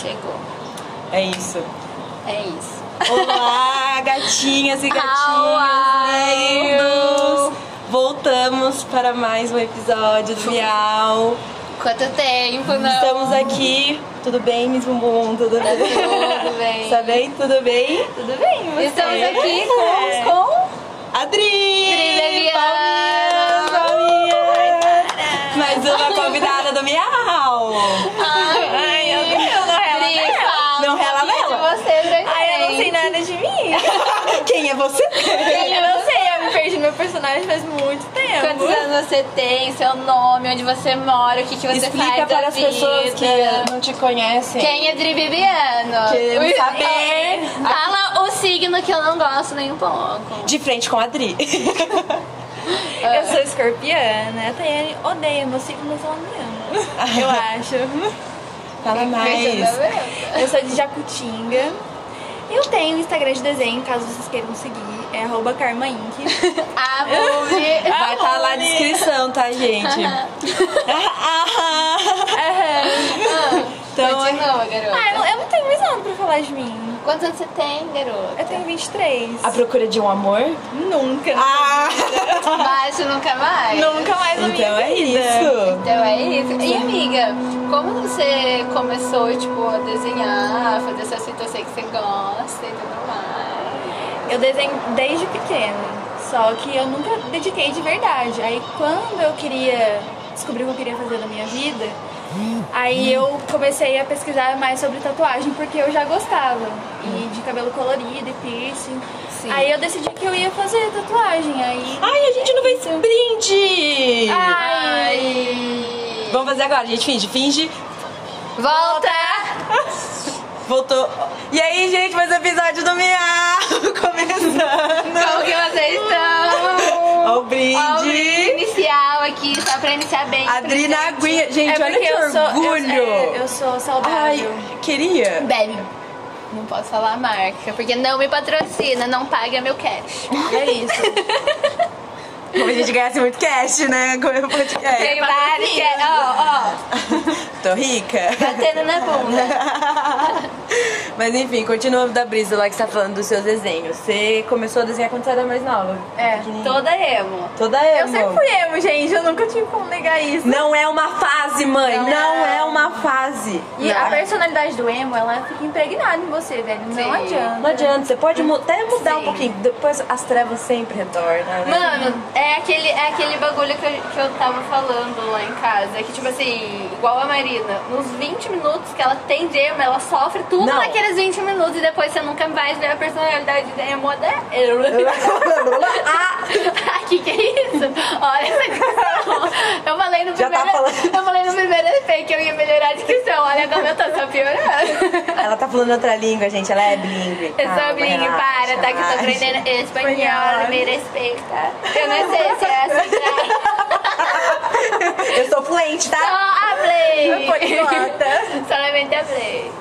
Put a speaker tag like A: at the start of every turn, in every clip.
A: Chegou.
B: É isso.
A: É isso.
B: Olá, gatinhas e
A: Olá,
B: gatinhos lindos! Voltamos para mais um episódio do Miau.
A: Quanto tempo, não?
B: Estamos aqui. Tudo bem, Miss Bumbum? Tudo bem?
A: Tudo bem.
B: Tá bem? Tudo bem?
A: Tudo bem,
B: você?
A: Estamos aqui
B: É.
A: com... com...
B: Adri!
A: Adri Leviano!
B: Palminhas, palminhas! Mais uma convidada do Miau!
A: Ai,
C: eu não relo
A: Adri,
C: nela.
A: fala
B: Não rela
A: um pouquinho
B: nela.
A: de você pra
C: Ai, eu não
A: gente.
C: sei nada de mim.
B: Quem é você?
C: eu não sei, eu me perdi no meu personagem faz muito tempo.
A: Quantos anos você tem, seu nome, onde você mora, o que, que você faz
B: Explica
A: da
B: para as
A: vida.
B: pessoas que não te conhecem.
A: Quem é Adri Bibiano?
B: Queremos
A: Ui, é.
B: saber.
A: Fala o signo que eu não gosto nem um pouco.
B: De frente com a Adri.
C: Eu sou escorpiana, a Tayane odeia meu signo, mas ela me ama. Eu acho.
B: Fala
A: Veja, tá
B: mais.
A: vendo?
C: Eu sou de Jacutinga. Eu tenho um Instagram de desenho, caso vocês queiram seguir. É arroba karmaink.
A: A Bubi.
B: Vai
C: tá
B: estar lá na descrição, tá, gente? Ah, Então,
A: Continua, garota.
C: Ah, eu não, eu não tenho mais nada pra falar de mim.
A: Quantos anos você tem, garota?
C: Eu tenho 23.
B: A procura de um amor?
C: Nunca.
B: Ah!
A: Baixo nunca mais?
C: Nunca mais na minha
B: Então é
C: vida.
B: isso.
A: Então é isso. E amiga, como você começou, tipo, a desenhar, a fazer essas fitas sei que você gosta e tudo mais?
C: Eu desenho desde pequena, só que eu nunca dediquei de verdade. Aí quando eu queria descobrir o que eu queria fazer na minha vida, aí eu comecei a pesquisar mais sobre tatuagem porque eu já gostava e de cabelo colorido e piercing.
A: Sim.
C: Aí eu decidi que eu ia fazer tatuagem. Aí
B: Ai, a gente não fez brinde!
C: ai,
A: Ai!
B: Vamos fazer agora, gente. Finge, finge.
A: Volta!
B: Voltou. E aí, gente, mais um episódio do Miau começando.
A: Como que vocês estão?
B: Ó o
A: Ó, o brinde
B: brinde.
A: inicial aqui, só pra iniciar bem.
B: Adri na aguinha. Gente,
C: é
B: olha
C: porque
B: que
C: eu sou
B: orgulho.
C: Eu, é, eu sou
B: Ai,
C: saudável.
B: queria.
A: Bebe. Não posso falar a marca, porque não me patrocina, não paga meu cash.
C: É isso.
B: Como a gente ganhasse muito cash, né? Com o
C: É,
B: podcast.
A: Tem vários que... é- Ó, ó,
B: Tô rica.
A: batendo na bunda.
B: Mas enfim, continua da brisa lá que você tá falando dos seus desenhos. Você começou a desenhar quando você era mais nova.
C: É, toda emo.
B: Toda emo.
C: Eu sempre fui emo, gente. Eu nunca tive como negar isso.
B: Não é uma fase, mãe. Não,
C: Não.
B: é uma fase.
C: E a personalidade do emo, ela fica impregnada em você, velho. Não
A: Sim.
C: adianta.
B: Não adianta, você pode mu- até mudar um
A: Sim.
B: pouquinho. Depois as trevas sempre retornam, né?
A: Mano, é aquele, é aquele bagulho que eu, que eu tava falando lá em casa. É que, tipo assim, igual a Marina, nos 20 minutos que ela tem de emo, ela sofre tudo
B: Não.
A: naqueles 20 minutos e depois você nunca mais vê a personalidade de emo dela. ah, que que é isso? Olha essa discussão. Eu falei no
B: Já tá
A: primeiro.
B: falando.
A: Eu falei no primeiro EP que eu ia melhorar a discussão. Olha como eu tô só piorando.
B: Ela tá falando outra língua, gente. Ela é bilingue.
A: Eu
B: Calma,
A: sou bilingue,
B: relaxa.
A: para, tá que eu tô aprendendo espanhol,
B: Espanhol. né?
A: me respeita. Eu não sei se é
C: assim.
A: essa graça.
B: Eu sou fluente,
A: Só
B: tá?
A: a Ah, Play!
B: Poliglota.
A: Solamente a Play.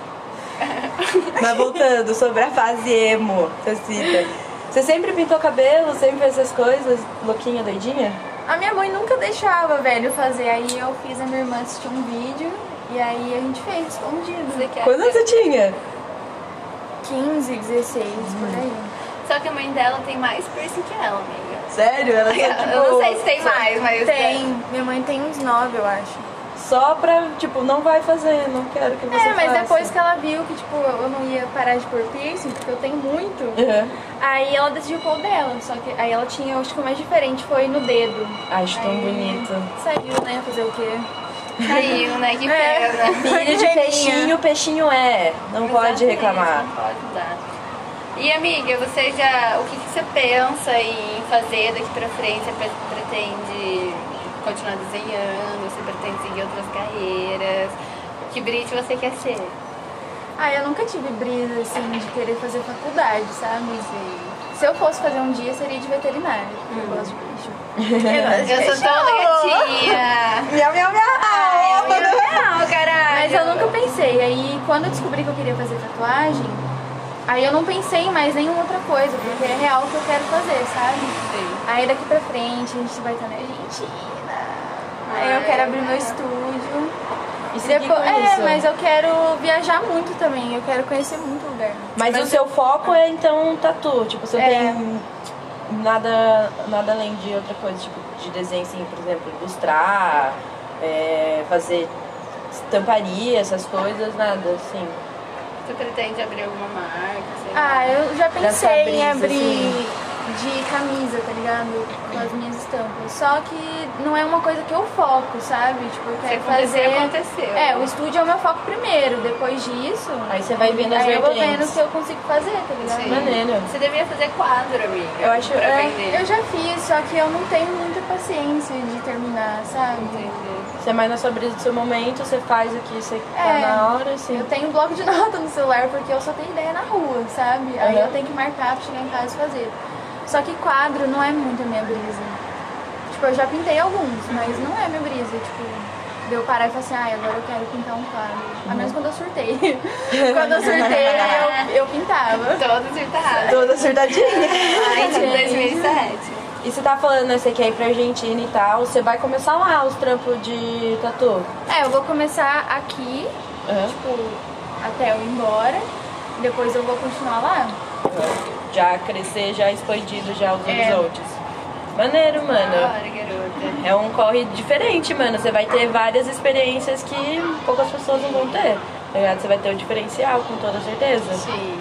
B: Mas voltando sobre a fase emo, você cita. Você sempre pintou cabelo, sempre fez essas coisas, louquinha, doidinha?
C: A minha mãe nunca deixava, velho, fazer. Aí eu fiz a minha irmã assistir um vídeo e aí a gente fez escondido.
B: Quantos anos você tinha?
C: 15, 16, por aí.
A: Só que a mãe dela tem mais piercing que ela, amiga.
B: Sério? Ela só, tipo,
A: Eu não sei se tem mais, mas.
C: Tem. Minha mãe tem uns 9, eu acho.
B: Só pra, tipo, não vai fazer, não quero que você
C: É, mas
B: faça.
C: depois que ela viu que, tipo, eu não ia parar de pôr piercing, porque eu tenho muito,
B: Uhum.
C: aí ela decidiu pôr o dela. Só que aí ela tinha, acho que o mais diferente foi no dedo.
B: Acho tão
C: Aí
B: bonito.
C: Saiu, né? Fazer o quê?
A: Caiu, né? Que
C: É.
A: pena.
B: Filho de
C: Pequenininha.
B: peixinho, peixinho é. Não pode
A: Exatamente,
B: reclamar.
A: Não pode dar. E amiga, você já. O que, que você pensa em fazer daqui pra frente? Você pre- pretende continuar desenhando? Você pretende seguir outras carreiras? Que brite você quer ser?
C: Ah, eu nunca tive brisa, assim, de querer fazer faculdade, sabe? Se eu fosse fazer um dia, seria de veterinário. porque Eu gosto de bicho. Eu,
A: Eu sou toda gatinha!
B: Miau, miau, miau!
A: Não, caralho!
C: Mas eu nunca pensei. Aí, quando eu descobri que eu queria fazer tatuagem, aí eu não pensei em mais nenhuma outra coisa, porque é real o que eu quero fazer, sabe? Aí daqui pra frente, a gente vai estar na Argentina. Aí eu quero abrir meu estúdio.
B: E seguir
C: Depois,
B: com
C: é,
B: isso.
C: mas eu quero viajar muito também. Eu quero conhecer muito lugar.
B: Mas,
A: Mas
B: o seu foco é então tatu, tipo, você
C: É.
B: tem nada, nada além de outra coisa, tipo, de desenho, assim, por exemplo, ilustrar, é, fazer estamparia, essas coisas, nada, assim.
A: Você pretende abrir alguma marca? Sei lá.
C: Ah, eu já
B: Dessa
C: pensei em
B: brisa,
C: abrir
B: assim.
C: de camisa, tá ligado? Com as minhas estampas. Só que não é uma coisa que eu foco, sabe? Tipo, eu
A: Se
C: quero
A: acontecer,
C: fazer.
A: aconteceu.
C: É, o estúdio é o meu foco primeiro. Depois disso.
B: Aí você vai vendo as
C: aí eu vou vendo
B: vertentes.
C: o que eu consigo fazer, tá ligado?
A: Sim.
B: Maneiro.
A: Você devia fazer quadro, amiga.
B: Eu acho-
A: pra
B: é,
A: vender.
C: Eu já fiz, só que eu não tenho muita paciência de terminar, sabe?
A: Entendi.
B: Você é mais na sua brisa do seu momento, você faz o que você tá
C: É.
B: na hora, assim.
C: Eu tenho um bloco de nota no celular porque eu só tenho ideia na rua, sabe? Aí
B: Aham.
C: eu tenho que marcar pra chegar em casa e fazer. Só que quadro não é muito a minha brisa. Tipo, eu já pintei alguns, mas não é a minha brisa. Tipo, de eu parar e falar assim, ah, agora eu quero pintar um quadro. A menos quando eu surtei. quando eu surtei, eu, eu pintava.
A: Todos irritados.
B: Toda acertadinha.
A: Ai, de
C: Gente.
A: 2007.
B: e você tá falando, né, você quer ir pra Argentina e tal, você vai começar lá os trampos de tatu?
C: É, eu vou começar aqui, tipo, até eu ir embora. Depois eu vou continuar lá.
B: Tipo, Já crescer, já expandido já os
C: É.
B: horizontes. Maneiro, mano.
A: Bora, garota.
B: É um corre diferente, mano. Você vai ter várias experiências que poucas pessoas não vão ter. Tá ligado? Você vai ter o diferencial, com toda certeza.
A: Sim.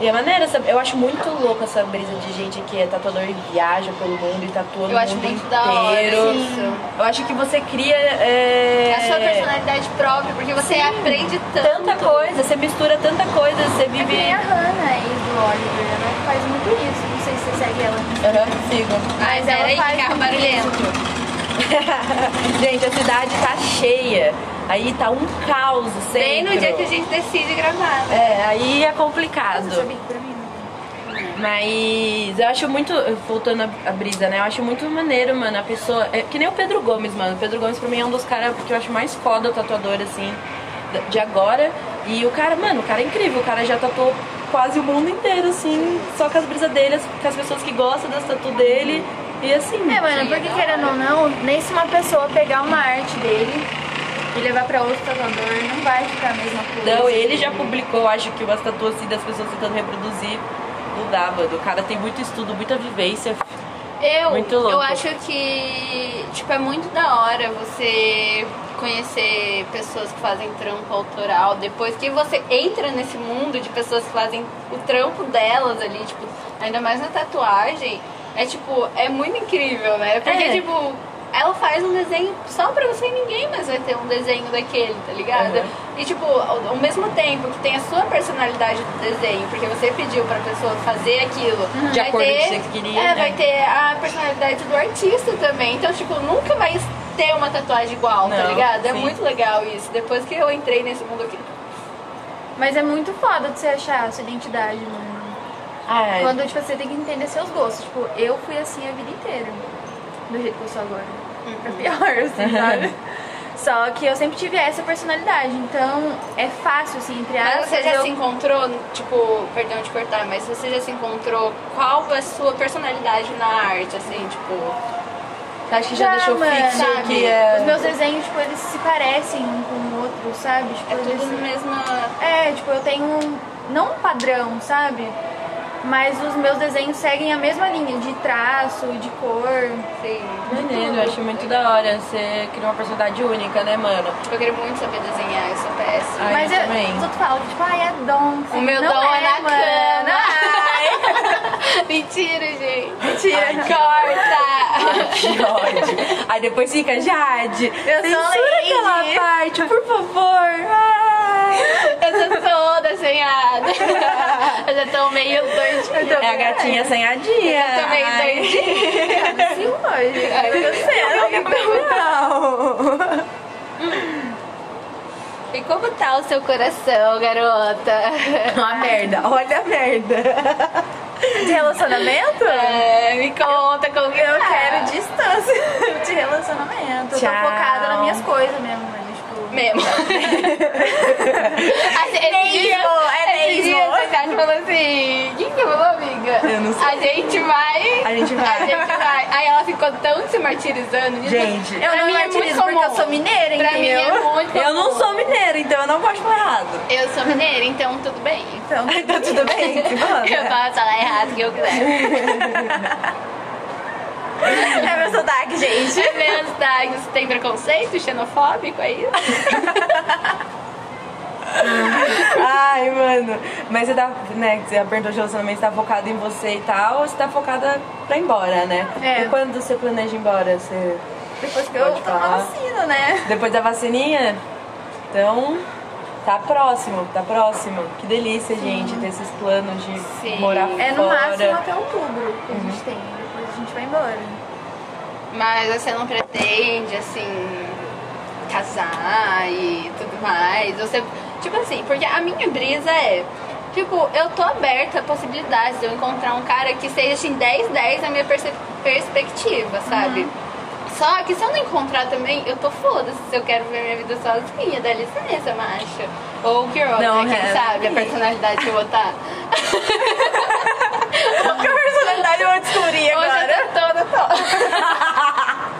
B: E é maneira, eu acho muito louco essa brisa de gente que é tatuador e viaja pelo mundo e tatua no
A: Eu acho
B: mundo
A: muito
B: inteiro.
A: da hora isso.
B: Eu acho que você cria. É...
A: É a sua personalidade própria, porque você aprende tanto.
B: Tanta coisa, você mistura tanta coisa, você
C: É que
B: vive.
C: nem a Hannah, ex do Oliver, ela faz muito isso. Não sei se você segue ela.
B: Aham, sigo.
A: Mas
C: ela
A: era aí,
C: faz
A: carro
C: muito
A: barulhento.
B: gente, a cidade tá cheia. Aí tá um caos sempre.
A: Bem no dia que a gente decide gravar. né?
B: É, aí é complicado.
C: Você sabia que pra mim não.
B: Mas eu acho muito, voltando a, a brisa, né? Eu acho muito maneiro, mano, a pessoa. É, que nem o Pedro Gomes, mano. O Pedro Gomes pra mim é um dos caras que eu acho mais foda tatuador, assim, da- de agora. E o cara, mano, o cara é incrível, o cara já tatuou quase o mundo inteiro, assim, só com as brisas dele, as- com as pessoas que gostam das tatu dele. E assim.
C: É, mano, porque querendo ou não, nem se uma pessoa pegar uma arte dele e levar pra outro tatuador, não vai ficar a mesma coisa.
B: Não, então, ele já publicou, acho que umas tatuas assim, das pessoas tentando reproduzir. Não dá, mano. O cara tem muito estudo, muita vivência.
A: Eu,
B: Muito louco.
A: eu acho que tipo, é muito da hora você conhecer pessoas que fazem trampo autoral depois que você entra nesse mundo de pessoas que fazem o trampo delas ali, tipo, ainda mais na tatuagem, é tipo, é muito incrível, né? Porque,
B: É.
A: tipo, ela faz um desenho só pra você e ninguém mais vai ter um desenho daquele, tá ligado?
B: Uhum.
A: E tipo, ao ao mesmo tempo que tem a sua personalidade do desenho, porque você pediu pra pessoa fazer aquilo,
B: Uhum. De
A: vai
B: acordo com o
A: ter,
B: que você queria,
A: É,
B: né?
A: vai ter a personalidade do artista também. Então, tipo, nunca vai ter uma tatuagem igual, tá
B: Não,
A: ligado? É
B: sim.
A: muito legal isso. Depois que eu entrei nesse mundo aqui.
C: Mas é muito foda de você achar a sua identidade, mano.
B: Ai,
C: Quando, tipo, você tem que entender seus gostos. Tipo, eu fui assim a vida inteira. Do jeito que eu sou agora. Pra pior, assim, sabe? Só que eu sempre tive essa personalidade, então é fácil, assim, entre
A: Mas
C: aspas.
A: você já
C: eu-
A: se encontrou, tipo, perdão de cortar, mas você já se encontrou qual é a sua personalidade na arte, assim, tipo.
B: acho que já, deixou
C: mano.
B: fixo
A: sabe?
B: que é.
C: Os meus desenhos, tipo, eles se parecem um com o outro, sabe? Tipo,
A: É tudo
C: eles-
A: na mesma.
C: É, tipo, eu tenho um... não um padrão, sabe? Mas os meus desenhos seguem a mesma linha de traço, de cor.
A: Assim,
B: Maneiro, eu acho muito da hora. Você cria uma personalidade única, né, mano?
A: Tipo, eu queria muito saber desenhar, eu sou péssima.
B: Ai,
C: Mas
B: eu
C: eu,
B: também.
C: todo fala, tipo, ai, é dom.
A: O meu
C: não
A: dom é na
C: mano. Ah,
A: cama.
C: Ai,
A: Mentira, gente.
C: mentira.
A: Corta!
B: Que ódio. Aí depois fica, Jade,
C: Eu sou
B: censura
C: lady.
B: aquela parte, por favor. Ai.
A: Eu sou toda assanhada. Eu já tô meio doidinha.
B: É a gatinha assanhadinha.
A: Eu tô meio
B: Ai.
A: doidinha.
C: Sim, hoje. cara, eu sei, eu não
B: Então. Não.
A: E como tá o seu coração, garota?
B: Uma merda, olha a merda.
C: De relacionamento?
A: É, me conta como que
C: Eu
A: tá.
C: quero distância de relacionamento. Eu tô
B: Tchau.
C: focada nas minhas coisas mesmo, mano. Tipo,
A: Mesmo. Assim, esse
C: Mesmo,
A: dia,
C: é
A: esse
C: mesmo.
A: tá dia, a Tati falou assim, quem que falou, amiga? amiga,
B: Eu não sei.
A: a gente vai.
B: A gente vai.
A: A gente vai. Aí ela ficou tão se martirizando. diz-
B: Gente,
A: pra
C: Eu não
A: mim é
C: martirizo
A: muito comum.
C: porque eu sou mineira,
A: Pra mim é
C: entendeu?
A: muito comum.
B: Eu não sou mineira, então eu não posso falar errado.
A: Eu sou mineira, então tudo bem.
C: Então,
B: Tá tudo bem?
A: Eu posso falar errado o que eu quiser.
C: é meu sotaque, gente.
A: É meu sotaque, você tem preconceito xenofóbico é aí?
B: Ai, mano. Mas você tá, né, que você perguntou de relacionamento, você tá focada em você e tal, ou você tá focada pra ir embora, né?
C: É.
B: E quando você planeja ir embora? Você...
C: Depois que
B: Pode
C: eu tomo a
B: falar.
C: vacina, né?
B: Depois da vacininha? Então, tá próximo, tá próximo. Que delícia, gente, ter esses planos de
A: Sim.
B: morar fora.
C: É no máximo até outubro que a gente tem. Depois a gente vai embora.
A: Mas você não pretende, assim, casar e tudo mais. Você, tipo assim, porque a minha brisa é, tipo, eu tô aberta a possibilidades de eu encontrar um cara que seja assim 10-10 na minha perce- perspectiva, sabe? Só que se eu não encontrar também, eu tô foda-se se eu quero viver minha vida sozinha, dá licença, macho. Ou girl,
B: Não,
A: né? Quem
B: é.
A: sabe a personalidade que eu vou estar.
B: Que personalidade eu vou descobrir
A: Hoje eu tô toda toda.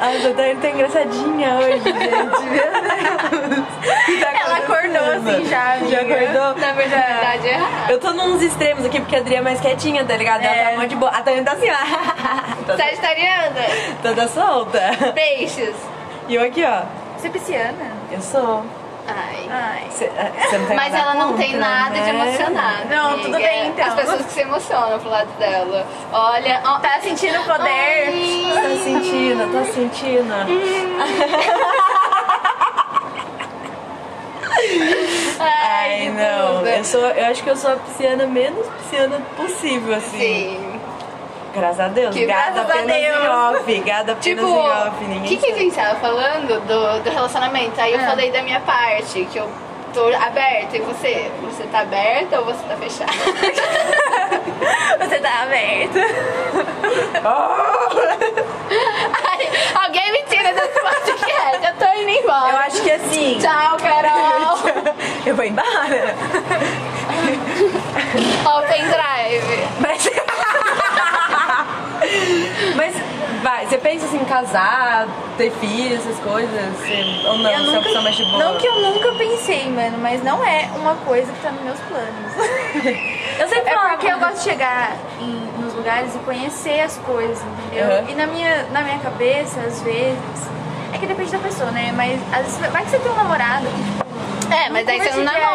B: Ai, eu tô tão engraçadinha hoje, gente. Meu Deus. Tá
C: Ela acordou
B: acontecendo.
C: assim já, Ah.
B: Já
C: amiga. Tá
B: acordou?
A: Na personalidade errada.
B: Eu tô nos extremos aqui porque a Adriana é mais quietinha, tá ligado? Ela
C: É.
B: tá um monte de boa. A Tânia tá assim, ó. toda,
A: Sagitariana,
B: toda solta.
A: peixes.
B: E eu aqui, ó.
C: Você é pisciana?
B: Eu sou.
A: Ai.
C: Ai.
B: Cê- cê não tem
A: Mas
B: nada
A: ela não
B: contra,
A: tem nada de
B: né?
A: emocionado.
C: Não,
A: amiga.
C: tudo bem, então.
A: As pessoas que se emocionam pro lado dela. Olha, ó,
C: Tá sentindo o poder?
A: Ai.
B: Tá sentindo, tá sentindo.
A: Ai,
B: Ai,
A: que
B: não.
A: tudo.
B: Eu, sou, eu acho que eu sou a pisciana menos pisciana possível, assim.
A: Sim.
B: Graças a Deus.
A: Que
B: gada
C: graças a
B: apenas em
C: Deus.
B: off. Gada apenas
A: Tipo,
B: em off.
A: o que,
B: Ninguém
A: que a gente tava falando do, do relacionamento? Aí eu
C: Ah.
A: falei da minha parte, que eu tô aberta. E você? Você tá aberta ou você tá fechada?
C: Você tá aberta.
A: Ai, alguém me tira desse podcast. Eu tô indo embora.
B: Eu acho que assim.
A: Tchau, Carol.
B: Eu vou embora.
A: Ó, o pendrive.
B: Mas. Mas, vai, você pensa assim, em casar, ter filhos, essas coisas? Você- ou não? você
C: eu
B: é uma
C: nunca,
B: pessoa mais de boa?
C: não que eu nunca pensei, mano, mas não é uma coisa que tá nos meus planos.
B: Eu sempre
C: É
B: falo.
C: porque eu gosto de chegar em- nos lugares e conhecer as coisas, entendeu?
B: Uhum.
C: E na minha, na minha cabeça, às vezes, é que depende da pessoa, né? Mas às vezes vai que você tem um namorado que tipo,
A: É, mas daí
C: curte
A: você não
C: viajar.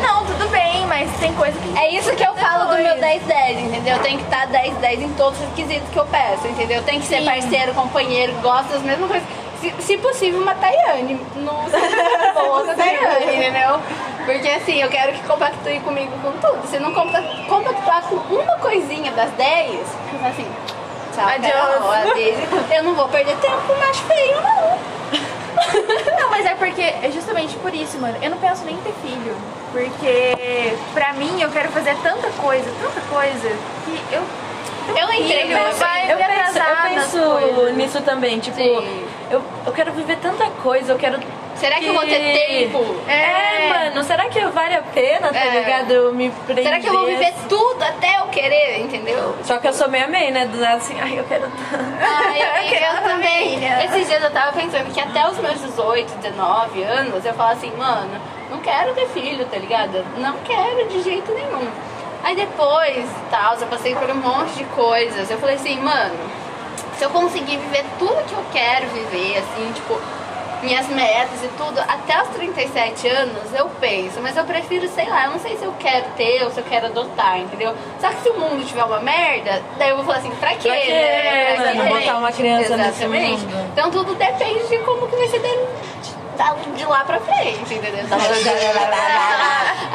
A: namora.
C: Não, tudo bem, mas tem coisa que.
A: É isso que eu falo do meu
C: Depois.
A: 10-10, entendeu? Tem que estar 10-10 em todos os requisitos que eu peço, entendeu? Tem que ser
C: Sim.
A: parceiro, companheiro, gosta das mesmas coisas. Se, se possível, uma Tayane. Não sei se é boa da Tayane, entendeu? Porque assim, eu quero que compactue comigo com tudo. Se não compa- compactuar com uma coisinha das 10, eu falo assim, tchau,
C: Adiós.
A: Carol, adeus. eu não vou perder tempo com mais feio, não.
C: Não, mas é porque é justamente por isso, mano. Eu não penso nem em ter filho. Porque pra mim eu quero fazer tanta coisa, tanta coisa, que eu.
A: Eu entrei
C: Filho,
A: numa
C: vai
B: Eu
C: me
B: penso, eu
C: atrasar nas
B: penso
C: coisas.
B: nisso também, tipo,
A: Sim.
B: eu, eu quero viver tanta coisa, eu quero.
A: Será que eu vou ter tempo?
B: É,
C: É.
B: mano, será que vale a pena, tá
A: É.
B: ligado? Eu me prender.
A: Será que eu vou viver tudo até eu querer, entendeu?
B: Só que eu sou meio amei, né? Do nada assim, ai, eu quero tanto.
A: Ai, eu, eu,
C: Aquela
A: também. né?
C: família.
A: Esses dias eu tava pensando que até os meus 18, 19 anos, eu falo assim, mano, não quero ter filho, tá ligado? Não quero de jeito nenhum. Aí depois, tal, eu passei por um monte de coisas. Eu falei assim, mano, se eu conseguir viver tudo que eu quero viver, assim, tipo, minhas metas e tudo, até os 37 anos eu penso, mas eu prefiro, sei lá, eu não sei se eu quero ter ou se eu quero adotar, entendeu? Só que se o mundo tiver uma merda, daí eu vou falar assim, pra quê?
B: Pra quê,
A: né? Pra
B: mano?
A: quê?
B: Botar uma criança nesse
A: Exatamente.
B: mundo.
A: Então tudo depende de como que vai ser de, de lá pra frente, entendeu? Tá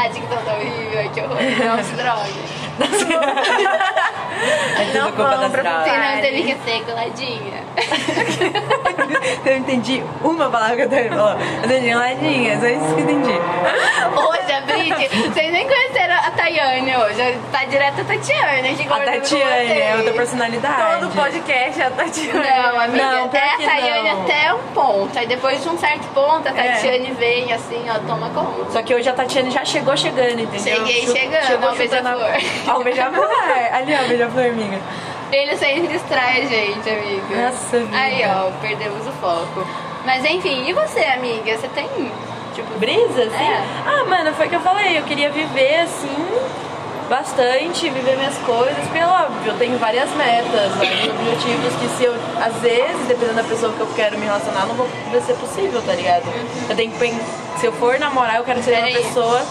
A: A dicção tá horrível, que horror, não se drogue.
B: É tudo
C: Não
B: culpa
C: vão
B: das
C: pra
A: Senão
B: drogas.
C: Vale.
A: eu teve que ser coladinha.
B: Eu entendi uma palavra que a Tânia falou. Eu entendi ladinha, só isso que eu entendi.
A: Hoje a Brit, vocês nem conheceram a Tayane hoje. Tá direto a Tatiane aqui conversando
B: A
A: com
B: Tatiane é outra
A: vocês.
B: personalidade.
C: Todo podcast é a Tatiana.
A: Não, amiga,
B: Não, pior
A: é a
B: que
A: Tayane
B: não. É.
A: até um ponto. Aí depois de um certo ponto, a Tatiane vem assim, ó, toma conta.
B: Só que hoje a Tatiane já chegou chegando, entendeu?
A: Cheguei
B: Chu-
A: chegando, ó,
B: chutando a-
A: beija-flor.
B: Ó, o beija-flor. é. Ali, ó, o beija-flor, amiga.
A: Ele sempre distrai a gente, amiga.
B: Nossa vida.
A: Aí, ó, perdemos o foco. Mas enfim, e você, amiga? Você tem, tipo,
B: Brisa, assim?
A: É.
B: Ah, mano, foi o que eu falei. Eu queria viver, assim, bastante, viver minhas coisas. Porque, óbvio, eu tenho várias metas, vários objetivos que se eu, às vezes, dependendo da pessoa que eu quero me relacionar, não vou- vai ser possível, tá ligado? Eu tenho que, pen- se eu for namorar, eu quero ser uma
A: Peraí.
B: pessoa...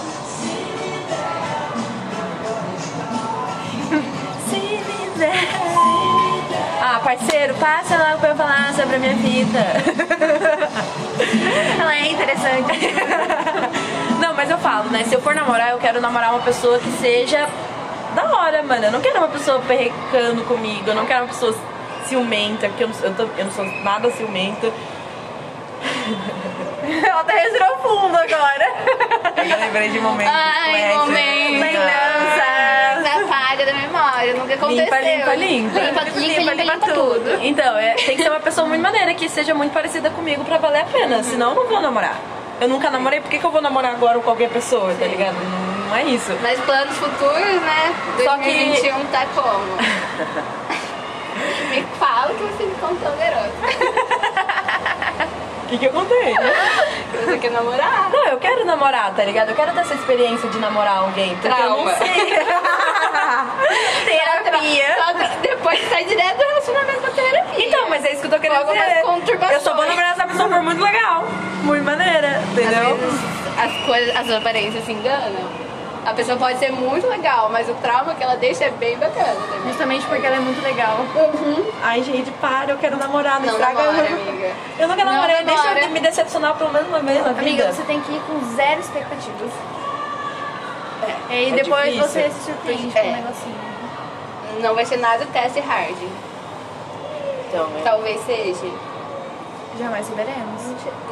B: Ah, parceiro, passa lá pra eu falar sobre a minha vida.
C: Ela é interessante.
B: Não, mas eu falo, né? Se eu for namorar, eu quero namorar uma pessoa que seja da hora, mano. Eu não quero uma pessoa perrecando comigo, eu não quero uma pessoa ciumenta, porque eu não, eu tô- eu não sou nada ciumenta.
C: Ela tá respirando fundo agora.
B: Eu lembrei de momentos.
A: Ai, momento.
C: Lembranças.
A: Apaga da memória, nunca aconteceu.
B: Limpa, limpa, limpa.
A: Limpa, limpa, limpa, limpa tudo.
B: Então, é, tem que ser uma pessoa muito maneira, que seja muito parecida comigo pra valer a pena.
A: Uhum.
B: Senão eu não vou namorar. Eu nunca namorei, por que, que eu vou namorar agora com qualquer pessoa, tá ligado? Não, não é isso.
A: Mas planos futuros, né?
B: Só que-
A: 2021 tá como? me fala que você me contou, garoto.
B: O que, que eu contei? né?
A: Que Você quer namorar?
B: Não, eu quero namorar, tá ligado? Eu quero ter essa experiência de namorar alguém. Porque eu
A: Trauma.
B: não sei.
A: Só tra- só tra- Depois sai direto do relacionamento pra terapia.
B: Então, mas é isso que eu tô querendo
A: Algumas
B: dizer.
A: conturbações.
B: Eu só vou namorar essa pessoa por muito legal. Muito maneira, entendeu?
A: Às vezes, as coisas, as aparências se enganam. A pessoa pode ser muito legal, mas o trauma que ela deixa é bem bacana também.
C: Justamente porque ela é muito legal.
B: Ai, gente, para, eu quero namorar, não,
A: Não
B: estraga.
A: namora, amiga.
B: Eu nunca
A: Não
B: namorei, deixa
A: namora.
B: eu me decepcionar pelo menos uma vez na vida.
C: Amiga, você tem que ir com zero expectativas. e aí
B: é
C: depois
B: difícil.
C: você se surpreende
A: É.
C: com um negocinho.
A: Não vai ser nada teste hard.
B: Então, né?
A: Talvez seja.
C: Jamais saberemos.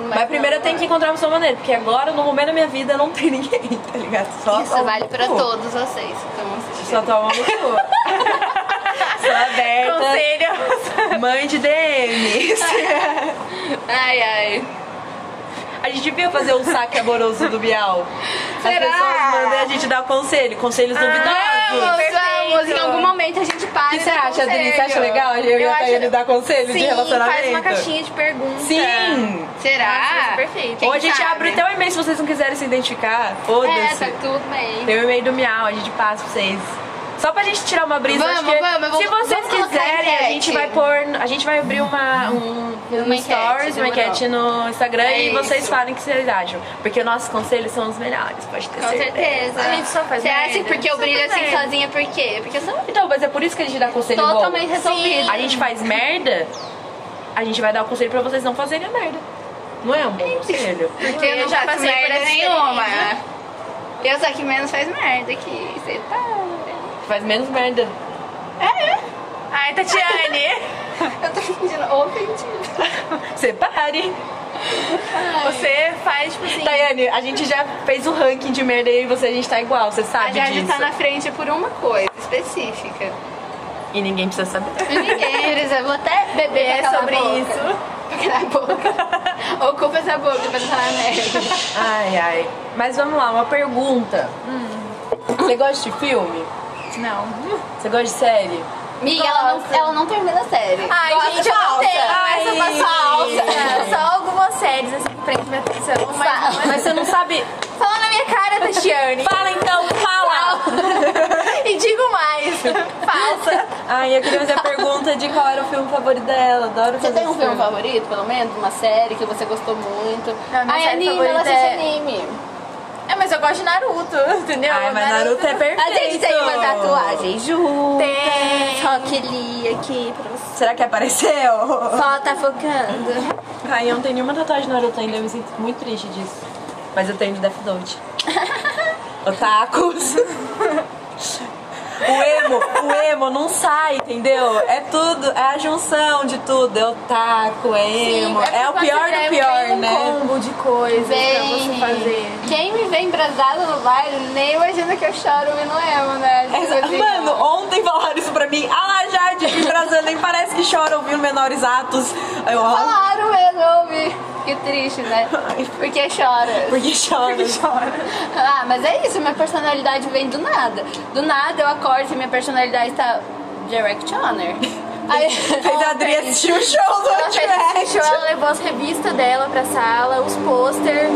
B: Mas primeiro eu tenho que encontrar uma pessoa maneira, porque agora, no momento da minha vida, não tem ninguém, tá ligado? Só
A: Isso
B: só-
A: vale pra
B: Pô,
A: todos vocês que estão assistindo.
B: Só toma uma pessoa. Sou aberta. Mãe de DMs.
A: Ai, ai.
B: A gente devia fazer um saque amoroso do Bial.
A: Será?
B: As pessoas mandam a gente dar conselho, conselhos duvidosos.
A: Vamos, vamos. Em
C: perfeito.
A: algum momento a gente para.
B: O que
A: e
B: você
A: dá um
B: acha, Adri? Você acha
A: conselho.
B: legal eu e
C: Eu
B: a
C: acho-
B: Tayane dar conselho de
C: Sim,
B: relacionamento?
C: faz uma caixinha de perguntas.
B: Sim!
A: Será?
C: Nossa, perfeito.
A: Quem
B: Ou a gente
A: sabe?
B: abre até o e-mail se vocês não quiserem se identificar.
A: É,
B: Foda-se.
A: tá tudo bem.
B: Tem o e-mail do Miau, a gente passa pra vocês. Só pra gente tirar uma brisa,
A: Vamos,
B: acho que
A: vamos, eu vou-
B: se vocês
A: vamos colocar
B: quiserem, a
A: enquete.
B: gente vai pôr. A gente vai abrir uma, um,
A: Uma
B: um
A: enquete,
B: stories,
A: demorou.
B: uma enquete no Instagram
A: É
B: e vocês
A: isso.
B: falem o que vocês acham. Porque nossos conselhos são os melhores, pode ter
A: Com certeza.
C: A gente só faz
A: Você acha
C: merda.
A: porque eu
C: Só
A: brilho
C: faz
A: assim
C: merda.
A: sozinha por quê? Porque eu sou
B: Então, mas é por isso que a gente dá conselho bom.
A: totalmente resolvida.
B: A gente faz merda, a gente vai dar o conselho pra vocês não fazerem a merda. Não é um bom conselho?
A: Porque eu não
C: Eu já
A: faço
C: passei por
A: merda
C: essa
A: nenhuma. Eu sou a que menos faz merda aqui. Você tá.
B: Faz menos merda.
C: Ai, Tatiane,
A: Eu tô me sentindo ofendida.
B: Separe.
C: você faz, tipo assim...
B: Tayane, a gente já fez o ranking de merda e você a gente tá igual, você
A: A
B: sabe
A: Jade
B: disso.
A: tá na frente por uma coisa específica.
B: E ninguém precisa saber.
A: E Ninguém precisa. Vou até beber pra
C: É
A: calar a
C: sobre
A: boca.
C: isso.
A: Pra calar a boca. Ocupa essa boca pra não falar merda.
B: Ai, ai. Mas vamos lá, uma pergunta.
A: Hum.
B: Você gosta de filme?
C: Não.
B: Você gosta de série?
A: Miga, ela não,
C: Gosto.
A: ela não termina a série.
C: Ai,
A: Gosta,
C: gente, eu não
A: falsa.
C: tenho.
A: Ai,
C: essa
B: Ai.
C: é falsa. É Só algumas séries, assim, que prendem minha atenção. Mas,
A: Fa-
B: Mas você não sabe.
C: fala na minha cara, Tatiane.
B: Fala então, fala!
C: e digo mais. Falsa.
B: Ai, eu queria fazer a pergunta de qual era o filme favorito dela. Adoro
A: Você
B: fazer
A: tem um
B: esse
A: filme favorito, pelo menos? Uma série que você gostou muito?
C: Não, minha
A: Ai,
C: série
A: anime, ela
C: favorita
A: assiste
C: é-
A: anime.
C: É, mas eu gosto de Naruto, entendeu?
B: Ai, mas Naruto é perfeito.
A: um A gente tem uma tatuagem junto.
C: Tem.
A: Rock Lee aqui pra você.
B: Será que apareceu?
A: Só tá focando.
B: Ai, eu não tenho nenhuma tatuagem de Naruto ainda, eu me sinto muito triste disso. Mas eu tenho de Death Note. Otakus. O emo, o emo não sai, entendeu? É tudo, é a junção de tudo. É o taco, é emo.
C: porque
B: É, o
C: quando
B: pior
C: você
B: do
C: bebe,
B: pior,
C: tem um
B: né?
C: combo de coisas pra você fazer.
A: Quem me vê embrasada no baile, nem imagina que eu choro e não emo, né? Tipo
B: Essa-
A: assim,
B: É, Mano, ontem falaram isso pra mim. Ah lá, Jade, que Brasil nem parece que chora ouvindo menores atos. Aí Eu, ah,
A: Falaram mesmo, eu ouvi. Que triste, né? Porque chora.
B: porque chora.
A: Ah, mas é isso, minha personalidade vem do nada. Do nada eu acordo e minha personalidade tá Directioner. Aí,
B: Fez a Adri assistir o show do
C: Ela fez
B: Outback.
C: esse show, ela levou as revistas dela pra sala, os pôster.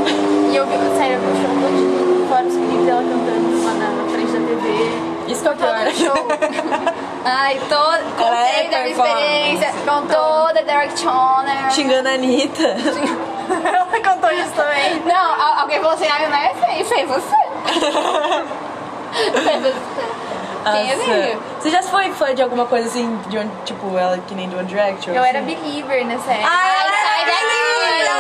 C: E eu vi, sério, eu vi o show todinho, fora os clipes dela cantando lá na, na frente da TV.
B: Isso que é o
C: Todo o show.
B: pior.
A: Ai, toda. Contei
B: é
A: da minha
B: performance. Então.
A: experiência. Toda Directioner.
B: Xingando a Anitta.
C: ela cantou isso também.
A: Não, al- alguém falou assim, ah, não é feio, feio você. Feio você. Quem é
B: Nossa.
A: feio?
B: Você já foi fã de alguma coisa assim, de onde, tipo, ela que nem do One Direction?
C: Eu
B: assim?
C: era believer nessa época.
B: Ai,
A: Sai
B: Olha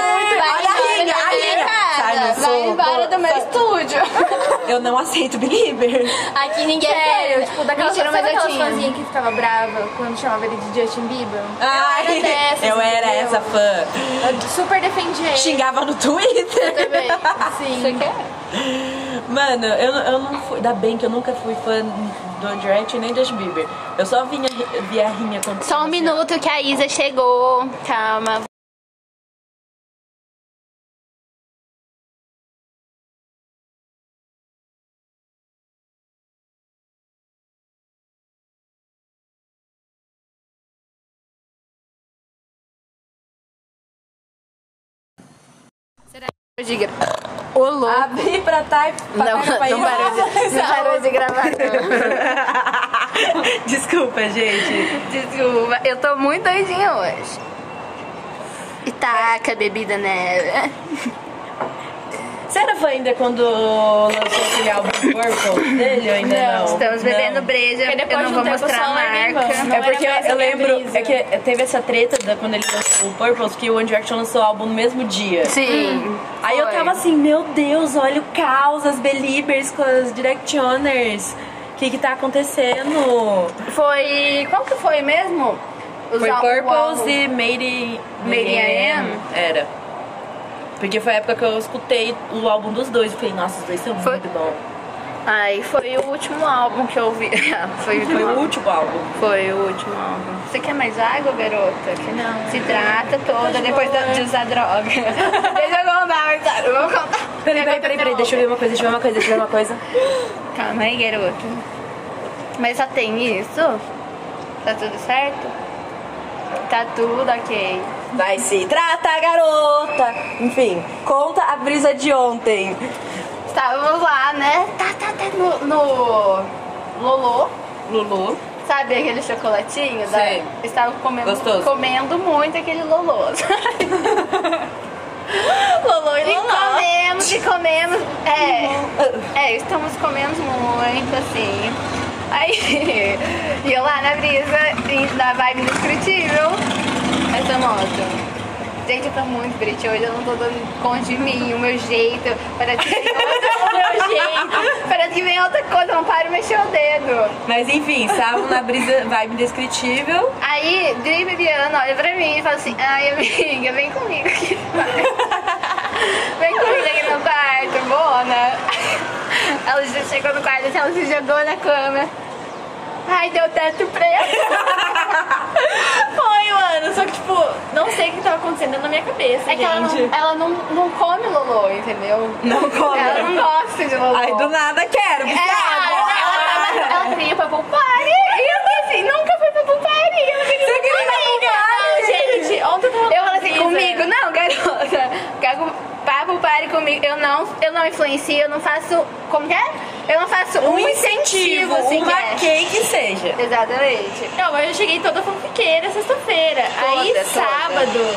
A: daqui!
B: a
A: Vai embora
B: Rinha, olha a Rinha,
A: da
B: a
A: minha
B: Rinha.
A: casa,
B: Sai,
A: Vai
B: não sou,
A: embora
B: vou,
A: do meu
B: sai.
A: estúdio.
B: Eu não aceito Believer.
A: Aqui ninguém
C: Sério, tipo, daquela
A: Mentira,
C: Mentira, mas
A: sabe
C: aquela
A: aquelas
C: fãzinha que ficava brava quando chamava ele de Justin Bieber.
A: Ah.
B: Ai,
C: Ah, eu era dessas,
B: eu era
C: entendeu?
B: essa fã.
C: Eu super defendia ele.
B: Xingava no Twitter.
C: também.
A: Você
C: Sim.
A: quer?
B: Mano, eu, eu não fui. Ainda bem que eu nunca fui fã do One Direction nem Justin Bieber. Eu só vinha, via a Rinha acontecendo.
A: Só um minuto que a Isa chegou. Calma. Será que eu digo? Ô, louco.
B: Abri pra Type. pra
A: Não,
B: Type, pra
A: não
B: ir-
A: parou de, não parou de gravar. não.
B: Desculpa, gente.
A: Desculpa, eu tô muito doidinha hoje. E taca a bebida nela.
B: Você era fã ainda quando lançou aquele álbum Purple dele ou ainda não?
A: Estamos bebendo
B: Não.
A: breja,
C: Porque depois
A: eu não
C: de um
A: vou
C: tempo
A: mostrar a
C: só larguei,
A: marca.
C: vamos. Não
B: é porque
C: era mais
B: eu
C: a minha
B: lembro,
C: brisa.
B: é que teve essa treta da, quando ele lançou o Purples, que o One Direction lançou o álbum no mesmo dia.
A: Sim.
B: Aí eu
A: foi.
B: tava assim, meu Deus, olha o caos, as Beliebers com as Directioners. O que que tá acontecendo?
A: Foi. Qual que foi mesmo? Os
B: Foi
A: al- o álbum.
B: Purples e Made,
A: Made in AM?
B: Era. Porque foi a época que eu escutei o álbum dos dois e falei, nossa, os dois são
A: Foi-
B: muito bons.
A: Ai, foi o último álbum que eu ouvi. foi, o último
B: Foi o
A: álbum.
B: último álbum.
A: Foi o último álbum. Você quer mais água, garota? Que
C: Não.
A: Se trata toda
C: de
A: depois
C: boa.
A: de de usar droga. deixa eu contar, Marcelo. Vamos contar.
B: Peraí, peraí, peraí, peraí, deixa eu ver uma coisa, deixa eu ver uma coisa, deixa eu ver uma coisa.
A: Calma aí, garoto. Mas só tem isso? Tá tudo certo? Tá tudo ok.
B: Vai se trata, garota! Enfim, conta a brisa de ontem.
A: Estávamos lá, né? Tá, tá, tá no, no Lolo.
B: Lulu.
A: Sabe aquele chocolatinho? da-
B: Sei.
A: Estava comendo,
B: Gostoso.
A: comendo muito aquele Lolo. sabe?
C: Lolo e
A: E
C: Lolo.
A: comemos, e comemos. É, é, estamos comendo muito, assim. Aí, e eu lá na brisa, e na vibe indescritível, essa moto. Gente, eu tô muito bonitinha hoje, eu não tô dando conta de mim, o meu jeito. Parece que vem outra, o meu jeito. Parece que vem outra coisa, não paro de mexer o dedo.
B: Mas enfim, estavam na brisa vibe indescritível.
A: Aí, Dri Bibiana olha pra mim e fala assim, ai amiga, vem comigo aqui. no quarto." Vem comigo aqui no quarto, bona. Ela já chegou no quarto, assim, ela se jogou na cama. Ai, deu teto preto.
C: Foi, mano. Só que, tipo, não sei o que tava acontecendo na minha cabeça.
A: É que ela, não,
B: Entendi.
A: ela não, não come lolô, entendeu?
B: Não come.
A: Ela não gosta de lolô.
B: Ai, do nada quero,
A: É, ela, tá ela, ela queria pra Pulpari. E eu falei assim, nunca fui pra Pulpari. Eu queria Você
C: Não, gente, ontem eu tava
A: tá, Eu falei assim,
C: brisa.
A: comigo, não, garota. Cago, papo, pare comigo. Eu não, eu não influencio, eu não faço. Como que é? Eu não faço um, incentivo, assim,
B: uma
A: que é.
B: quem que seja.
A: Exatamente.
C: Não, mas eu cheguei toda fanfiqueira sexta-feira. Aí
A: toda.
C: sábado.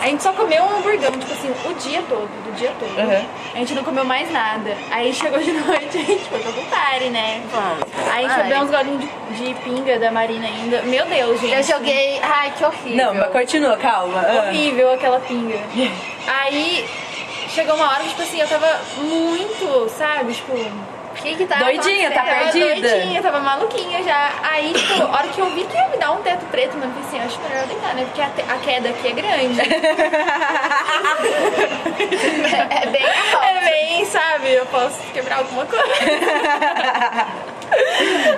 C: A gente só comeu um hamburgão, tipo assim, o dia todo, do dia todo.
B: Uhum.
C: A gente não comeu mais nada. Aí chegou de noite, a gente foi pra Butari, né? Aí a gente
A: Ai.
C: bebeu uns golinhos de, de pinga da Marina ainda. Meu Deus, gente.
A: Eu joguei. Ai, que horrível.
B: Não, mas continua, calma. Ah.
C: Horrível aquela pinga. Aí chegou uma hora que, tipo assim, eu tava muito, sabe? Tipo,
A: que que tá
B: Doidinha, tá
A: acontecendo?
B: perdida.
C: Eu tava doidinha, eu tava maluquinha já. Aí, tipo, a hora que eu vi que ia me dar um teto preto, mano, eu pensei, assim, acho melhor eu deitar, né? Porque a, te- a queda aqui é grande.
A: É bem
C: É bem, sabe? Eu posso quebrar alguma coisa.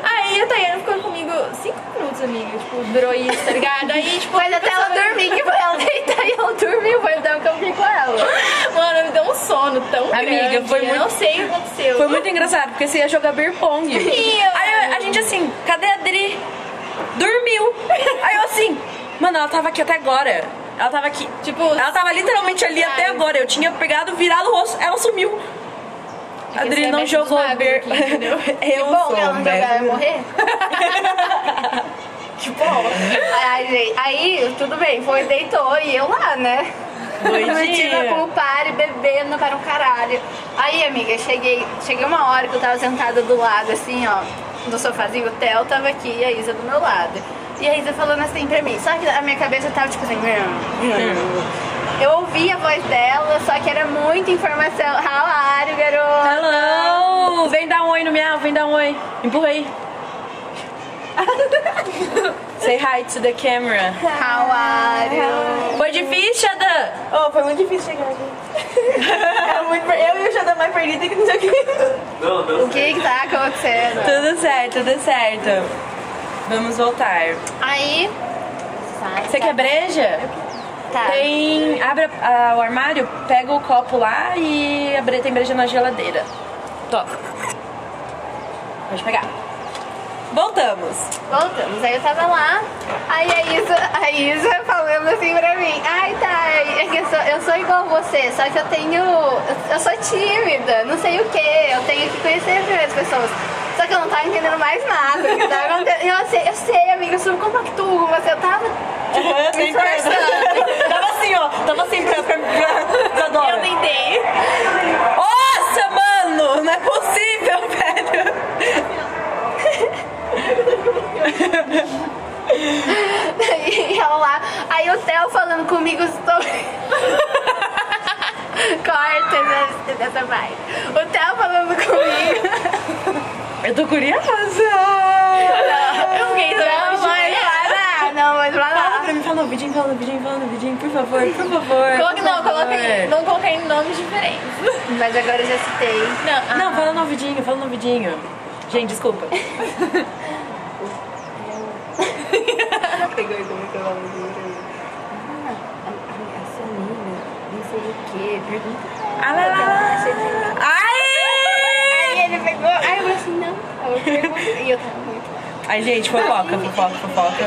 C: Aí a Tayana ficou comigo cinco minutos, amiga. Tipo, durou isso, tá ligado? Aí, tipo,
A: Mas até ela dormir, que foi ela deitar e ela dormiu, foi dar um campinho com ela.
C: Mano, me deu um sono tão
B: Amiga,
C: grande.
B: foi
C: Eu não
B: muito-
C: sei o que aconteceu.
B: Foi muito engraçado, porque você ia jogar beer pong. Aí eu- a gente assim, cadê a Dri? Dormiu. Aí eu assim, mano, ela tava aqui até agora. Ela tava aqui.
C: Tipo,
B: Ela tava literalmente ali até agora. Eu tinha pegado, virado o rosto, ela sumiu. A
C: que
B: Dri
C: você
B: não
C: mexe
B: jogou
C: nos magos
B: beer.
C: aqui, entendeu?
A: Que
B: Eu
A: bom
B: sou né?
A: que ela não jogar,
B: médica.
A: vai morrer.
C: que bom.
A: Ai, gente, aí, tudo bem, foi, deitou e eu lá, né?
B: Doidinha.
A: Metida com o party, bebendo para um caralho. Aí, amiga, cheguei, cheguei uma hora que eu tava sentada do lado, assim, ó, do sofazinho, o Theo tava aqui e a Isa do meu lado. E a Isa falando assim pra mim, só que a minha cabeça tava tipo assim. hum."
B: Hum.
A: Eu ouvi a voz dela, só que era muita informação. How are you, garoto?
B: Hello! Vem dar um oi no miau, vem dar um oi. Empurra aí. Say hi to the camera.
A: How are you?
B: Foi difícil, Xadã?
D: Oh, foi muito difícil chegar aqui. Era muito per- Eu e o Xandão mais perdido que não sei o que.
E: Não, deu
A: O que que tá acontecendo?
B: Tudo certo, tudo certo. Vamos voltar.
A: Aí.
B: Você quer breja?
A: Tá.
B: Tem. Abre a- a- o armário, pega o copo lá e abre, tem breja na geladeira. Top. Pode pegar. Voltamos.
A: Voltamos, aí eu tava lá, aí a Isa, a Isa falando assim pra mim, ai tá, é que eu sou, eu sou igual você, só que eu tenho. Eu sou tímida, não sei o que, eu tenho que conhecer primeiro as pessoas. Só que eu não tava entendendo mais nada. do que tava acontecendo. E Eu, assim, eu sei, amiga, eu subcompactuo, mas eu tava
B: Sem perna. Tava assim, ó. Tava assim pra, pra, pra Isadora.
C: Eu tentei.
B: Nossa, mano! Não é possível, velho.
A: e ela lá, aí o Theo falando comigo, estou. Corta essa- dessa parte. O Theo falando comigo.
B: Eu tô curiosa.
C: Eu fiquei
A: Não, vai
C: também.
A: lá, não, vai
B: Fala
A: lá.
B: pra mim, fala o vidinho, fala o vidinho, fala o vidinho, por favor, por favor.
C: Coloca,
B: por
C: não, coloca
B: favor.
C: aí. Não coloquei nomes diferentes.
A: Mas agora eu já citei.
C: Não, ah,
B: Não, fala no ouvidinho, fala no ouvidinho. Gente, desculpa.
A: Pegou como que eu vou não sei o que, pergunta.
B: Ah, lá, lá, lá. Ai!
A: Aí ele pegou, aí eu falei assim, não, eu perguntei. E eu tava muito lá.
B: Ai, gente, fofoca, fofoca, fofoca.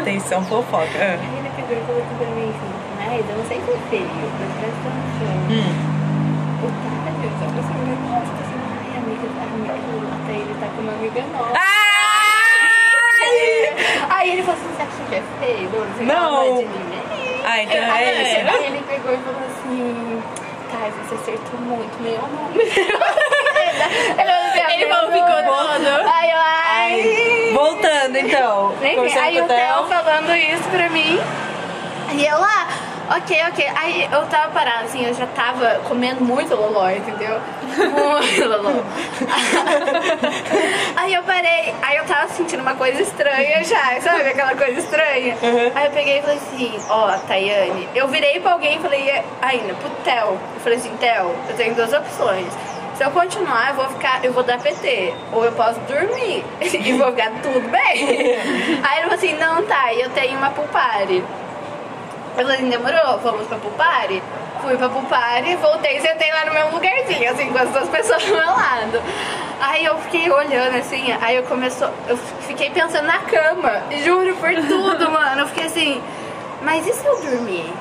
B: Atenção, fofoca. Ah.
A: Aí ele pegou e colocou pra mim assim, mas eu não sei se é feio, mas presta atenção.
B: Hum.
A: um O cara, eu só pensei, meu Deus, eu assim, ai, amiga, tá amiga, até ele tá com uma amiga nova.
B: Ah. Ai!
A: Aí ele falou assim, você acha que é feio? Você
B: Não.
A: gosta de mim?
B: Ah, então é isso.
A: Aí ele pegou e falou assim, Thay, você acertou muito meu nome.
C: Ele falou, ficou todo.
A: Ai, eu, ai.
B: Voltando então.
A: Enfim,
B: Conversando
A: aí
B: com
A: o Theo falando isso pra mim. E eu lá, ok, ok. Aí eu tava parada, assim, eu já tava comendo muito loló, entendeu? Muito loló. aí eu parei, aí eu tava sentindo uma coisa estranha já, sabe? Aquela coisa estranha. Aí eu peguei e falei assim, ó, Tayane. Eu virei pra alguém e falei, ainda, pro Theo. Eu falei assim, Theo, eu tenho duas opções. Se eu continuar, eu vou ficar, eu vou dar PT. Ou eu posso dormir e vou ficar tudo bem. Aí ele falou assim, não, tá, eu tenho uma pulpare. Eu falei assim, demorou, vamos pra Pulpari? Fui pra Pulpari, voltei e sentei lá no meu lugarzinho, assim, com as duas pessoas do meu lado. Aí eu fiquei olhando, assim, aí eu começou, eu fiquei pensando na cama, juro por tudo, mano. Eu fiquei assim, mas e se eu dormir?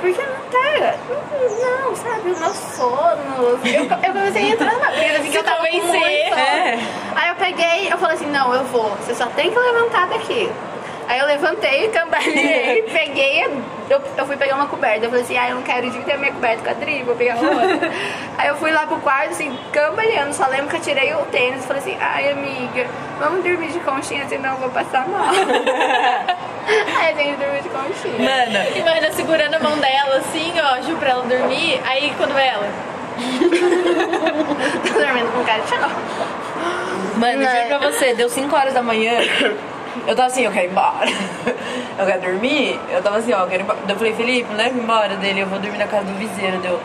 A: Porque não tá. Não, não, sabe, o meu sono. Eu, eu comecei a entrar na brisa, porque eu tava com muito
C: convencer.
A: sono.
B: É.
A: Aí eu peguei, eu falei assim, não, eu vou, você só tem que levantar daqui. Aí eu levantei, cambaleei, peguei, eu, eu fui pegar uma coberta. Eu falei assim, ah, eu não quero dividir a minha coberta com a Dri, vou pegar uma outra. Aí eu fui lá pro quarto, assim, cambaleando, só lembro que eu tirei o tênis e falei assim, ai amiga, vamos dormir de conchinha, senão eu vou passar mal. Aí a gente dormiu de conchinha.
B: Mano,
C: Imagina segurando a mão dela assim, ó, juro pra ela dormir. Aí quando vai ela.
A: Tô dormindo com cara de
B: Mano, eu
A: Né?
B: juro pra você, deu 5 horas da manhã. Eu tava assim, eu quero ir embora. Eu quero dormir. Eu tava assim, ó, eu quero ir embora. Daí Eu falei, Felipe, me leva embora dele, eu vou dormir na casa do viseiro. Deu.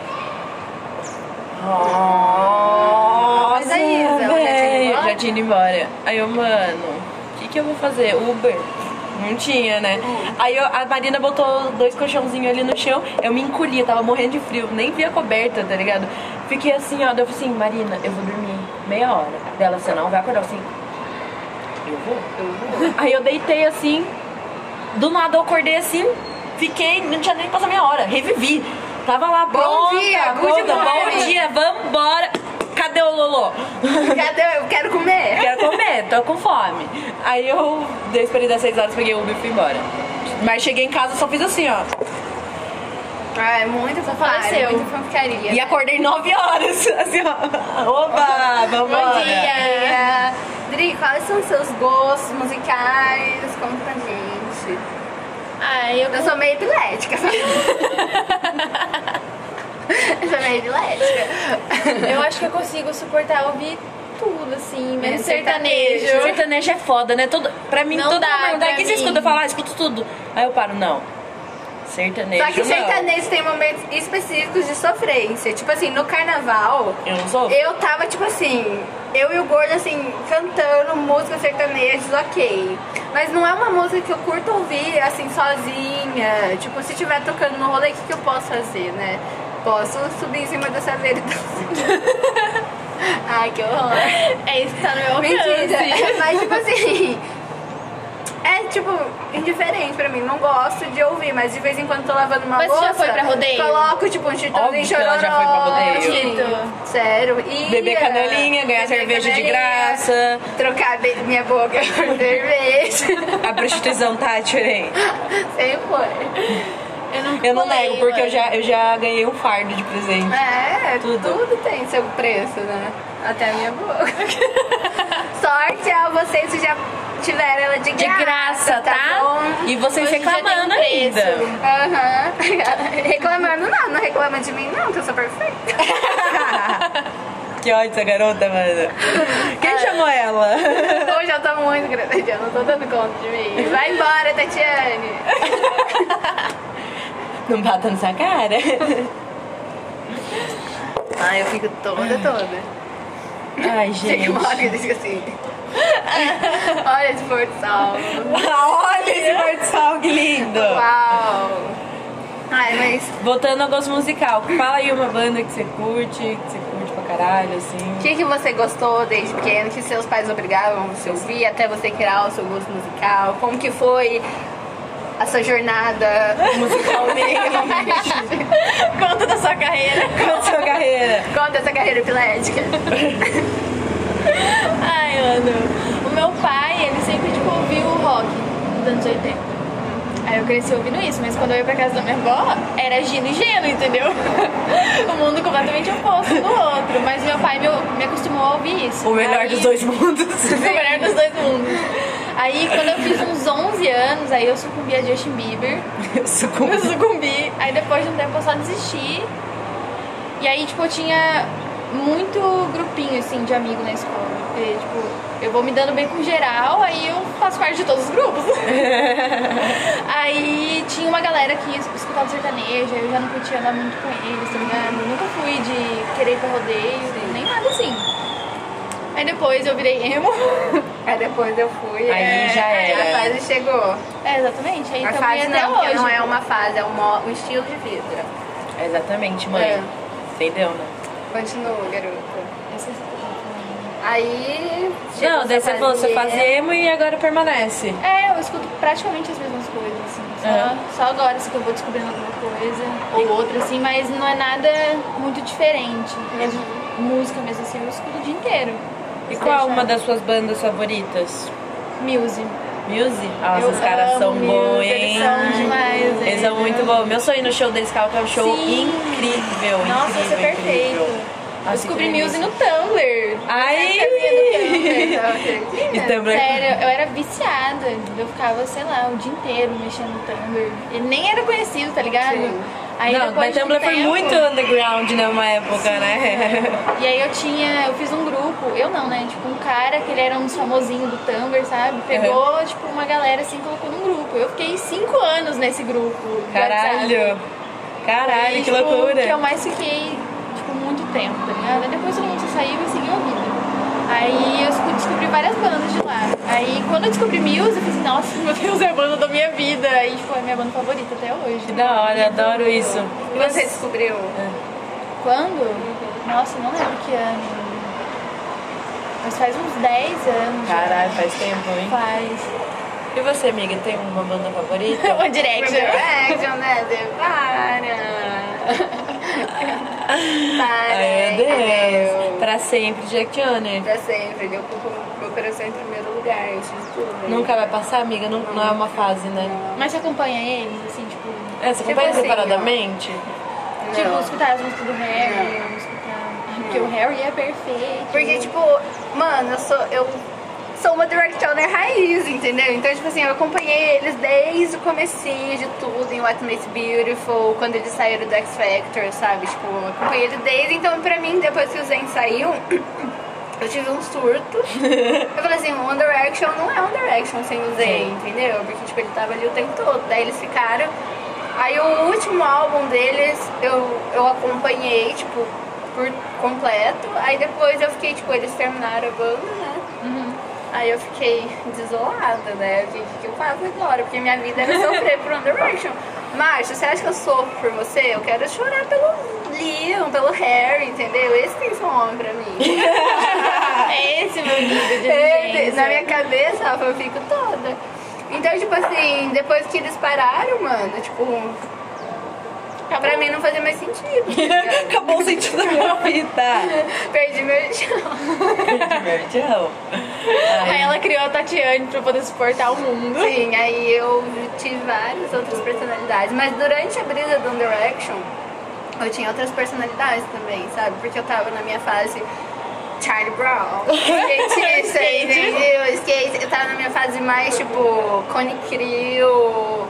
B: Nossa,
A: Mas aí, Isa, ela já tinha ido
B: velho.
A: embora?
B: Já tinha ido embora. Aí eu, mano, o que, que eu vou fazer? Uber? Não tinha, né?
A: É.
B: Aí eu- a Marina botou dois colchãozinhos ali no chão, eu me encolhi, eu tava morrendo de frio, nem vi a coberta, tá ligado? Fiquei assim, ó, daí eu falei assim, Marina, eu vou dormir meia hora. Dela, você não vai acordar, eu falei assim, eu vou, eu vou. Aí eu deitei assim, do nada eu acordei assim, fiquei, não tinha nem passado meia hora, revivi. Tava lá, bom
A: dia, good morning.
B: bom dia, vambora. Cadê o Lolo?
A: Cadê? Eu quero comer.
B: Quero comer, tô com fome. Aí eu dei- esperei das 6 horas, peguei o Uber e fui embora. Mas cheguei em casa, só fiz assim, ó.
A: Ah, é muito fanficaria,
C: faleceu.
A: muito fanficaria.
B: E acordei 9 horas, assim, ó. Opa,
A: Bom
B: vambora.
A: dia! Dri, quais são os seus gostos musicais? Conta pra gente.
C: Ah, eu
A: Eu sou meio epilética. Eu sou meio epilética.
C: Eu acho que eu consigo suportar ouvir tudo, assim,
A: Menos
C: menos sertanejo.
A: É, sertanejo.
B: Sertanejo é foda, né? Todo, pra mim,
C: Não
B: todo
C: dá
B: mundo.
C: pra
B: Daqui você
C: mim.
B: escuta, eu falo, ah, escuto tudo. Aí eu paro, não. Sertanejo.
A: Só que
B: não.
A: sertanejo tem momentos específicos de sofrência. Tipo assim, no carnaval,
B: Eu não sou.
A: eu tava tipo assim, eu e o gordo assim, cantando música sertanejos, ok. Mas não é uma música que eu curto ouvir assim sozinha. Tipo, se tiver tocando no rolê, o que, que eu posso fazer, né? Posso subir em cima dessa verde. Ai, que horror.
C: É isso que tá no meu
A: Mentira.
C: alcance.
A: Mas tipo assim. É tipo, indiferente pra mim, não gosto de ouvir, mas de vez em quando tô lavando uma
C: Mas você
A: louça.
C: já foi pra rodeio?
A: Coloco tipo um chitãozinho
B: Óbvio que ela
A: chororó.
B: já foi pra rodeio.
A: Tito. Sério. Ia.
B: Beber canelinha, ganhar
A: Beber
B: cerveja de
A: canelinha,
B: graça.
A: Trocar be- minha boca por cerveja.
B: A prostituição tá diferente.
A: Sei foi.
C: Eu não,
B: Eu não
C: pulei,
B: nego, porque eu
C: mano.
B: já, eu já ganhei um fardo de presente.
A: É, tudo.
B: Tudo.
A: tem seu preço, né? Até a minha boca. Sorte a vocês que já tiveram ela de
B: De
A: graça,
B: graça, tá?
A: Ah, bom?
B: E vocês
C: Hoje já
B: reclamando
C: tem preço.
B: ainda.
A: Aham. Reclamando não, não reclama de mim não, que eu sou perfeita.
B: Que ódio essa garota, mano. Quem chamou ela?
A: Hoje eu tô muito grande, eu não tô dando conta de mim. Vai embora, Tatiane.
B: Não bata nessa cara.
A: Ai, Ah, eu fico toda, toda.
B: Ai,
A: Chega
B: gente.
A: uma hora que eu digo assim. Olha esse pôr do sol.
B: Olha esse pôr do sol, que lindo.
A: Uau. Ai, mas
B: Voltando ao gosto musical, fala aí uma banda que você curte, que você curte pra caralho,
A: o
B: assim.
A: que, que você gostou desde pequeno? Que seus pais obrigavam você a ouvir até você criar o seu gosto musical? Como que foi a sua jornada?
B: Musicalmente.
C: Conta da sua carreira.
B: Qual a sua carreira?
A: Conta essa carreira epilética.
C: Ai, mano. O meu pai, ele sempre, tipo, ouviu o rock dos anos 80. Aí eu cresci ouvindo isso, mas quando eu ia pra casa da minha avó, era Gino e Geno, entendeu? um mundo completamente oposto um do outro. Mas meu pai me, me acostumou a ouvir isso.
B: O melhor
C: Aí-
B: dos dois mundos.
C: O melhor dos dois mundos. Aí, quando eu fiz uns 11 anos, aí eu sucumbi a Justin Bieber.
B: Eu sucumbo.
C: Eu sucumbi. Aí depois de um tempo eu só desisti. E aí, tipo, eu tinha muito grupinho, assim, de amigo na escola. Porque, tipo, eu vou me dando bem com geral, aí eu faço parte de todos os grupos. aí tinha uma galera que escutava sertanejo, aí eu já não curtia andar muito com eles, tá ligado? Nunca fui de querer ir pra rodeio, nem nada assim. Aí depois eu virei emo.
A: Aí depois eu fui.
B: Aí
A: é,
B: já
A: A
B: era.
A: fase chegou.
C: É, exatamente. Aí
A: a
C: então
A: fase
C: até
A: não, porque
C: hoje.
A: não é uma fase, é um, mo- um estilo de vida.
B: Exatamente, mãe.
A: É.
B: Entendeu, né?
A: Continua, garota.
C: Essa-
A: Aí. chegou
B: Não, daí
A: essa
B: você falou, você
A: fase-
B: faz emo e agora permanece.
C: É, eu escuto praticamente as mesmas coisas, assim. Só,
B: Aham.
C: só agora assim, que eu vou descobrindo alguma coisa ou outra, assim, mas não é nada muito diferente. Mesmo música mesmo assim, eu escuto o dia inteiro.
B: E
C: Se
B: qual
C: deixar.
B: uma das suas bandas favoritas?
C: Muse.
B: Music? Nossa,
C: Eu
B: os caras
C: amo
B: são
C: Muse,
B: bons,
C: eles
B: hein?
C: são demais,
B: Eles são
C: eles.
B: muito bons. Meu sonho no show deles, cara, que é um show
C: Sim.
B: incrível.
C: Nossa, isso
B: incrível,
C: é perfeito.
B: incrível.
C: Eu
B: Nossa,
C: descobri
B: que delícia.
C: Muse no Tumblr.
B: Aí!
A: Então, acredita?
B: E Tumblr.
C: Sério, eu era viciada. Eu ficava, sei lá, o dia inteiro mexendo no Tumblr. Ele nem era conhecido, tá ligado?
A: Sim.
C: Aí
B: não,
C: depois
B: mas
C: de um
B: Tumblr foi
C: tempo- é.
B: muito underground né, uma época, né?
C: E aí eu tinha, eu fiz um grupo, eu não, né? Tipo, um cara que ele era um dos famosinhos do Tumblr, sabe? Pegou, tipo, uma galera assim, colocou num grupo. Eu fiquei cinco anos nesse grupo. do WhatsApp.
B: Caralho. Caralho,
C: E,
B: que
C: tipo,
B: loucura.
C: que eu mais fiquei, tipo, muito tempo, tá ligado? Aí depois todo mundo saiu e seguiu a vida. Aí eu escu- descobri várias bandas de lá. Aí quando eu descobri Muse, eu pensei, nossa, meu Deus, é a banda da minha vida. E tipo, é a minha banda favorita até hoje.
B: Que da hora, adoro isso.
A: E você descobriu?
C: Quando? Nossa, não lembro que ano. Mas faz uns 10 anos. já.
B: Caralho, faz tempo, hein?
C: Faz.
B: E você, amiga, tem uma banda favorita?
C: One
A: Action,
C: Direction.
A: action, né? Para! Para!
B: Ai, meu Deus. É, Pra sempre, Jack Johnner.
A: É, Pra sempre, ele ocupa meu coração em primeiro lugar, isso de tudo.
B: Nunca vai passar, amiga? Não, não é uma fase, né?
A: Não.
C: Mas você acompanha eles, assim, tipo.
B: É, você
A: Tipo
B: acompanha
A: assim,
B: separadamente?
C: Tipo,
A: Não.
C: escutar as músicas do Harry, escutar. Porque o Harry é perfeito.
A: Porque, tipo, mano, eu sou, eu sou uma Directioner raiz, entendeu? Então, tipo assim, eu acompanhei eles desde o comecinho de tudo, em What Makes Beautiful, quando eles saíram do X Factor, sabe? Tipo, eu acompanhei ele desde, então pra mim, depois que o Zen saiu... Eu tive um surto. Eu falei assim, One Direction não é One Direction sem o Zen,
B: Sim.
A: entendeu? Porque, tipo, ele tava ali o tempo todo. Daí eles ficaram. Aí o último álbum deles eu, eu acompanhei, tipo, por completo. Aí depois eu fiquei, tipo, eles terminaram a banda, né? Aí eu fiquei desolada, né? O que, que eu faço agora? Porque minha vida era sofrer por One Direction. Márcio, você acha que eu sofro por você? Eu quero chorar pelo Liam, pelo Harry, entendeu? Esse tem seu nome pra mim.
C: é esse meu nível de
A: Ele, na
C: exigência.
A: minha cabeça, a fanfic toda. Então, tipo assim, depois que eles pararam, mano, tipo. Pra mim não fazia mais sentido. entendeu?
B: Acabou o sentido da minha vida.
A: Perdi meu chão.
B: Divertidão.
C: Aí ela criou a Tatiane pra poder suportar o mundo.
A: Sim, aí eu tive várias outras personalidades. Mas durante a brisa do One Direction, eu tinha outras personalidades também, sabe? Porque eu tava na minha fase Charlie Brown, skatista,
C: Skate.
A: entendeu? Skate. Eu tava na minha fase mais, tipo, Cone Crew,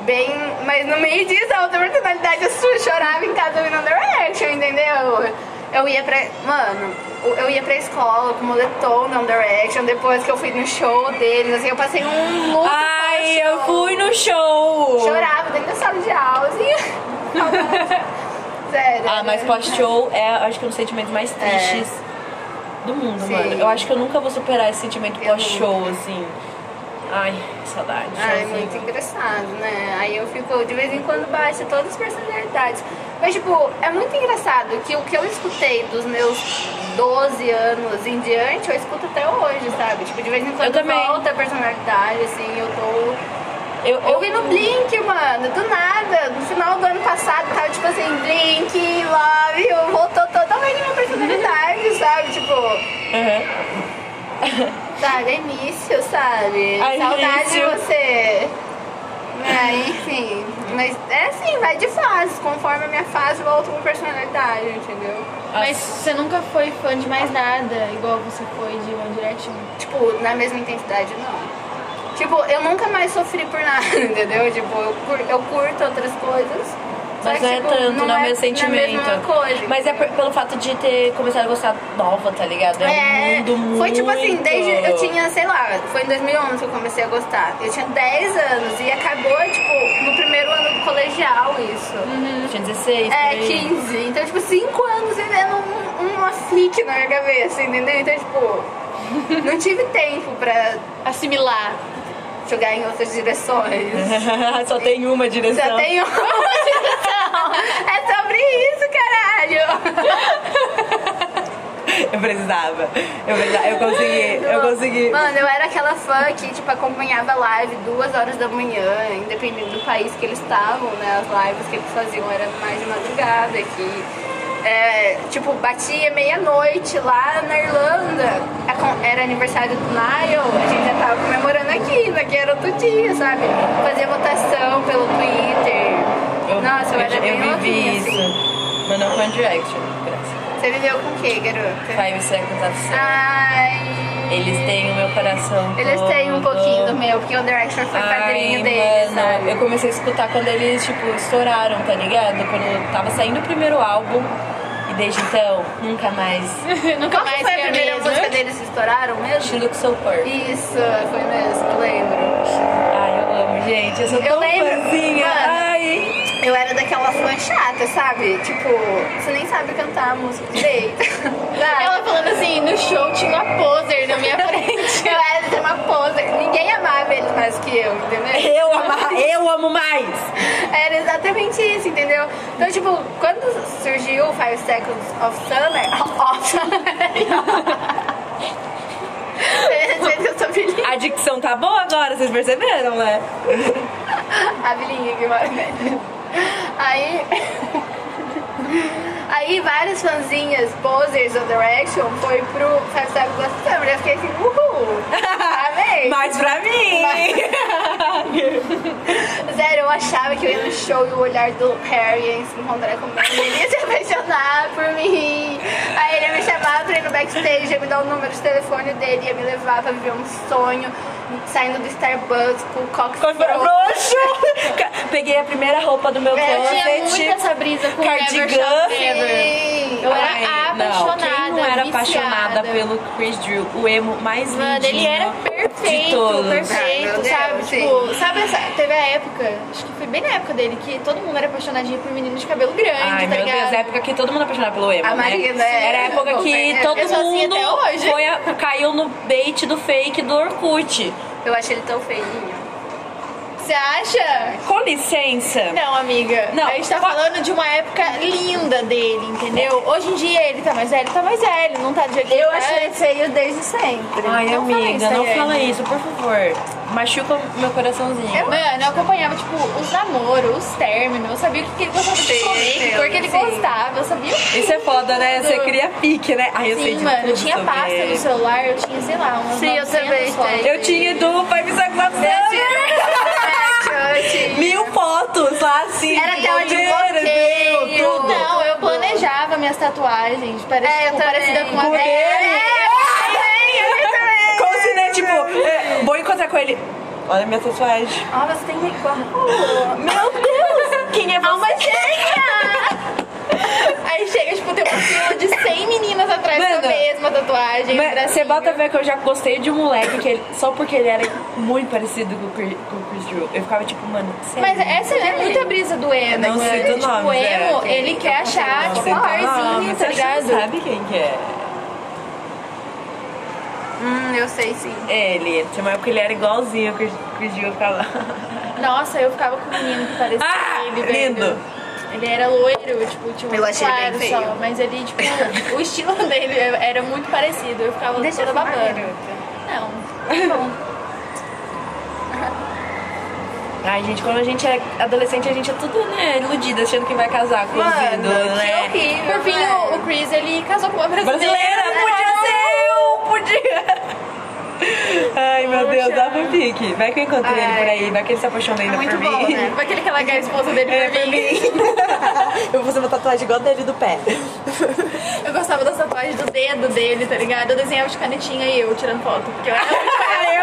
A: bem... Mas no meio disso, a outra personalidade, eu su- chorava em casa ouvindo Under Action, entendeu? Eu ia pra... Mano, eu ia pra escola com moletom no Under Action, depois que eu fui no show deles, assim, eu passei um luto
B: Ai,
A: pós-show.
B: eu fui no show.
A: Chorava dentro da sala de aula, assim. Saudade. Sério.
B: Ah, mas pós-show é, acho que um dos sentimentos mais tristes do mundo,
A: Sim.
B: mano. Eu acho que eu nunca vou superar esse sentimento
A: Eu
B: pós-show, assim. Ai, saudade.
A: Ah, é
B: showzinho.
A: muito engraçado, né? Aí eu fico, de vez em quando baixa todas as personalidades. Mas, tipo, é muito engraçado que o que eu escutei dos meus 12 anos em diante, eu escuto até hoje, sabe? Tipo, de vez em quando
B: também.
A: volta a personalidade, assim, eu tô.
B: Eu,
A: Eu vi no Blink, mano, do nada. No final do ano passado tava tipo assim, Blink, Love, you, voltou totalmente minha personalidade, sabe? Tipo.
B: Aham.
A: Sabe, é início, sabe?
B: Ai,
A: Saudade
B: início.
A: de você. É, enfim. Mas é assim, vai de fases. Conforme a minha fase, volta com personalidade, entendeu?
C: Mas você nunca foi fã de mais nada, igual você foi de One Direction.
A: Tipo, na mesma intensidade, não. Tipo, eu nunca mais sofri por nada, entendeu? Tipo, eu, cur- eu curto outras coisas. só
B: Mas
A: que,
B: não é
A: tipo,
B: tanto, não, é
A: na
B: meu sentimento.
A: mesma coisa,
B: Mas é por- pelo fato de ter começado a gostar nova, tá ligado? É, um mundo muito.
A: Foi tipo assim, desde eu tinha, sei lá, foi em 2011 que eu comecei a gostar. Eu tinha 10 anos e acabou, tipo, no primeiro ano do colegial isso.
B: Eu tinha
A: É,
B: 16. por aí.
A: 15. Então, tipo, 5 anos vivendo um, uma fic na minha cabeça, entendeu? Então, tipo, não tive tempo pra
C: Assimilar.
A: jogar em outras direções.
B: Uhum. Só tem uma direção.
A: Já tenho uma direção. É sobre isso, caralho.
B: Eu precisava. Eu, precisava. eu consegui. Eu consegui.
A: Mano, eu era aquela fã que, tipo, acompanhava a live duas horas da manhã, independente do país que eles estavam, né? As lives que eles faziam era mais de madrugada aqui. É, tipo, batia meia-noite lá na Irlanda. Acon- Era aniversário do Niall, a gente já tava comemorando aqui, né? Que era outro dia, sabe? Fazia votação pelo Twitter.
B: Eu,
A: Nossa, eu, era
B: eu,
A: bem novinha,
B: vivi isso.
A: assim.
B: Mas não com a Direction. graças.
A: Você viveu com o quê, garota?
B: Five Seconds of Summer.
A: Ai,
B: Eles têm o meu coração.
A: Eles têm um
B: todo.
A: pouquinho do meu, porque o The Director foi padrinho
B: Ai,
A: deles,
B: mano,
A: sabe?
B: Eu comecei a escutar quando eles, tipo, estouraram, tá ligado? Quando tava saindo o primeiro álbum. E desde então, nunca mais.
A: Nunca Qual que
C: mais
A: foi a
C: que a
A: primeira
C: mesma.
A: música deles que estouraram mesmo?
B: She looks so poor.
A: Isso, foi mesmo, lembro.
B: Ai, eu amo, gente. Eu sou
A: Eu
B: tão
A: lembro,
B: fãzinha.
A: mano.
B: Ai.
A: Eu era daquela fã chata, sabe? Tipo, você nem sabe cantar a música direito.
B: Ah,
A: Sabe?
C: Ela falando assim, no show tinha uma poser na minha frente.
A: Eu era de uma poser. Ninguém amava eles mais que eu, entendeu?
B: Eu amo, eu amo mais.
A: Era exatamente isso, entendeu? Então, tipo, quando surgiu Five Seconds of Summer... Of Summer... eu sou bilíngue.
B: A dicção tá boa agora, vocês perceberam, né?
A: A bilíngue que mora Aí... Aí várias fanzinhas, posers of Direction, foi pro Five Seconds of Summer. Eu fiquei assim, uhul! Amei!
B: Mais pra mim.
A: Sério, eu achava que eu ia no show e o olhar do Harry ia se encontrar comigo. Ele ia se apaixonar por mim. Aí ele ia me chamar pra ir no backstage, ia me dar o número de telefone dele, ia me levar pra viver um sonho, saindo do Starbucks com o Cox
B: Foi pra
A: Frozen.
B: roxo. Ca- Peguei a primeira roupa do meu
A: É, eu
C: Tinha
B: closet.
C: muito essa brisa com
B: Cardigan.
C: Never Shall Never.
A: Sim.
C: Eu era
B: Ai, É, não, Quem não
C: apaixonada,
B: era
C: viciada.
B: apaixonada pelo Chris Drew, o emo mais lindo.
C: Mano, ele era
B: de
C: perfeito,
B: todos.
A: Ah, meu
C: perfeito,
A: Deus,
C: sabe?
A: sim.
C: Tipo, sabe essa. Teve a época, acho que foi bem na época dele, que todo mundo era apaixonadinho por menino de cabelo grande,
B: Ai,
C: tá
B: meu
C: ligado?
B: Deus, é época que todo mundo apaixonava pelo emo,
A: A
B: né?
A: Marina, é.
B: Era a época que
A: Eu
B: todo
C: sou assim
B: mundo
C: até hoje.
B: foi a- caiu no bait do fake do Orkut.
A: Eu achei ele tão feinho.
B: é
C: Você acha?
B: Com licença.
C: Não, amiga.
B: Não,
C: a gente tá
B: fa-
C: falando de uma época linda dele, entendeu? Hoje em dia ele tá mais velho, tá mais velho, não tá do jeito que
A: Eu
C: ele
A: achei ele
C: era.
A: feio desde sempre.
B: Ai,
C: Não
B: amiga,
C: fala isso,
B: não
C: Ariane.
B: Então fala isso, por favor. Machuca o meu coraçãozinho.
C: Mano, eu acompanhava, tipo, os namoros, os términos, eu sabia o que, que ele gostava de
A: Sim,
C: comer, que cor que ele
A: sim.
C: gostava, eu sabia o
B: Isso é foda, né? Você cria pique, né? Ai, eu sei
C: Sim,
B: de
C: mano, eu
B: tudo
C: tinha
B: sobre
C: pasta
B: ele.
C: no celular, eu tinha, sei lá, umas
A: Sim, eu
C: 900
A: também
C: fotos.
A: tenho.
B: Eu tinha do Five Seconds of Summer.
A: Eu tinha.
B: Mil fotos lá, assim.
A: Era tela de
B: Meu Deus,
A: bloqueio.
B: tudo.
C: Não, eu planejava minhas tatuagens, parece,
A: É, eu
C: tipo, parecida
A: também.
C: com a
B: Com
C: dela. É,
B: ele. Como se, né, tipo, é, vou encontrar com ele. Olha minha tatuagem.
A: Ah, você tem que
B: Meu Deus! Quem é você?
C: Aí chega, tipo, tem uma fila de 100 meninas atrás
B: Mano,
C: da mesma tatuagem. um
B: Mas Você
C: bracinho.
B: bota a ver que eu já gostei de um moleque que ele, só porque ele era muito parecido com o Chris, com o Chris Drew. Eu ficava tipo, mano, sério?
C: Mas essa é muita brisa do emo,
B: Eu não
C: mano.
B: sei do
C: tipo,
B: nome, é, tá
C: o emo,
B: Zé.
C: ele quer achar,
B: Não,
C: tipo,
B: sei
C: um
B: lá,
C: arzinho,
B: Ah, você
C: tá
B: acha que
C: ligado?
B: sabe quem que é?
A: Hum, eu sei sim.
B: É, Ele. Tinha uma época que ele era igualzinho o Chris, Chris Drew. Eu ficava...
C: Nossa, eu ficava com um menino que parecia
B: Ah,
C: ele, velho.
B: lindo.
C: Ele era loiro, tipo, tinha um
A: Eu achei
C: claro
A: bem
C: só,
A: feio.
C: mas ele, tipo, o estilo dele era muito parecido. Eu ficava
A: Deixa
C: toda
A: eu fumar,
C: babando.
A: garota.
C: Não.
B: Ai, gente, quando a gente é adolescente, a gente é tudo, né, iludida, achando que vai casar com
A: Mano,
B: os ídolos,
A: que
B: né?
A: horrível. É.
C: Por fim, o,
A: mano.
C: o Chris, ele casou com uma brasileira. É,
B: Brasileira, podia ser eu, podia. Ai, meu Deus, dá pro pique. Vai que eu encontrei ele por aí, vai que ele se apaixona ainda
C: tá
A: muito
B: por
A: bom,
B: mim.
A: né?
C: Vai que ele quer largar a esposa dele
B: É,
C: pra
B: por
C: mim.
B: mim. eu vou fazer uma tatuagem igual dele do pé.
C: Eu gostava das tatuagens do dedo dele, tá ligado? Eu desenhava de canetinha e eu tirando foto. Porque eu era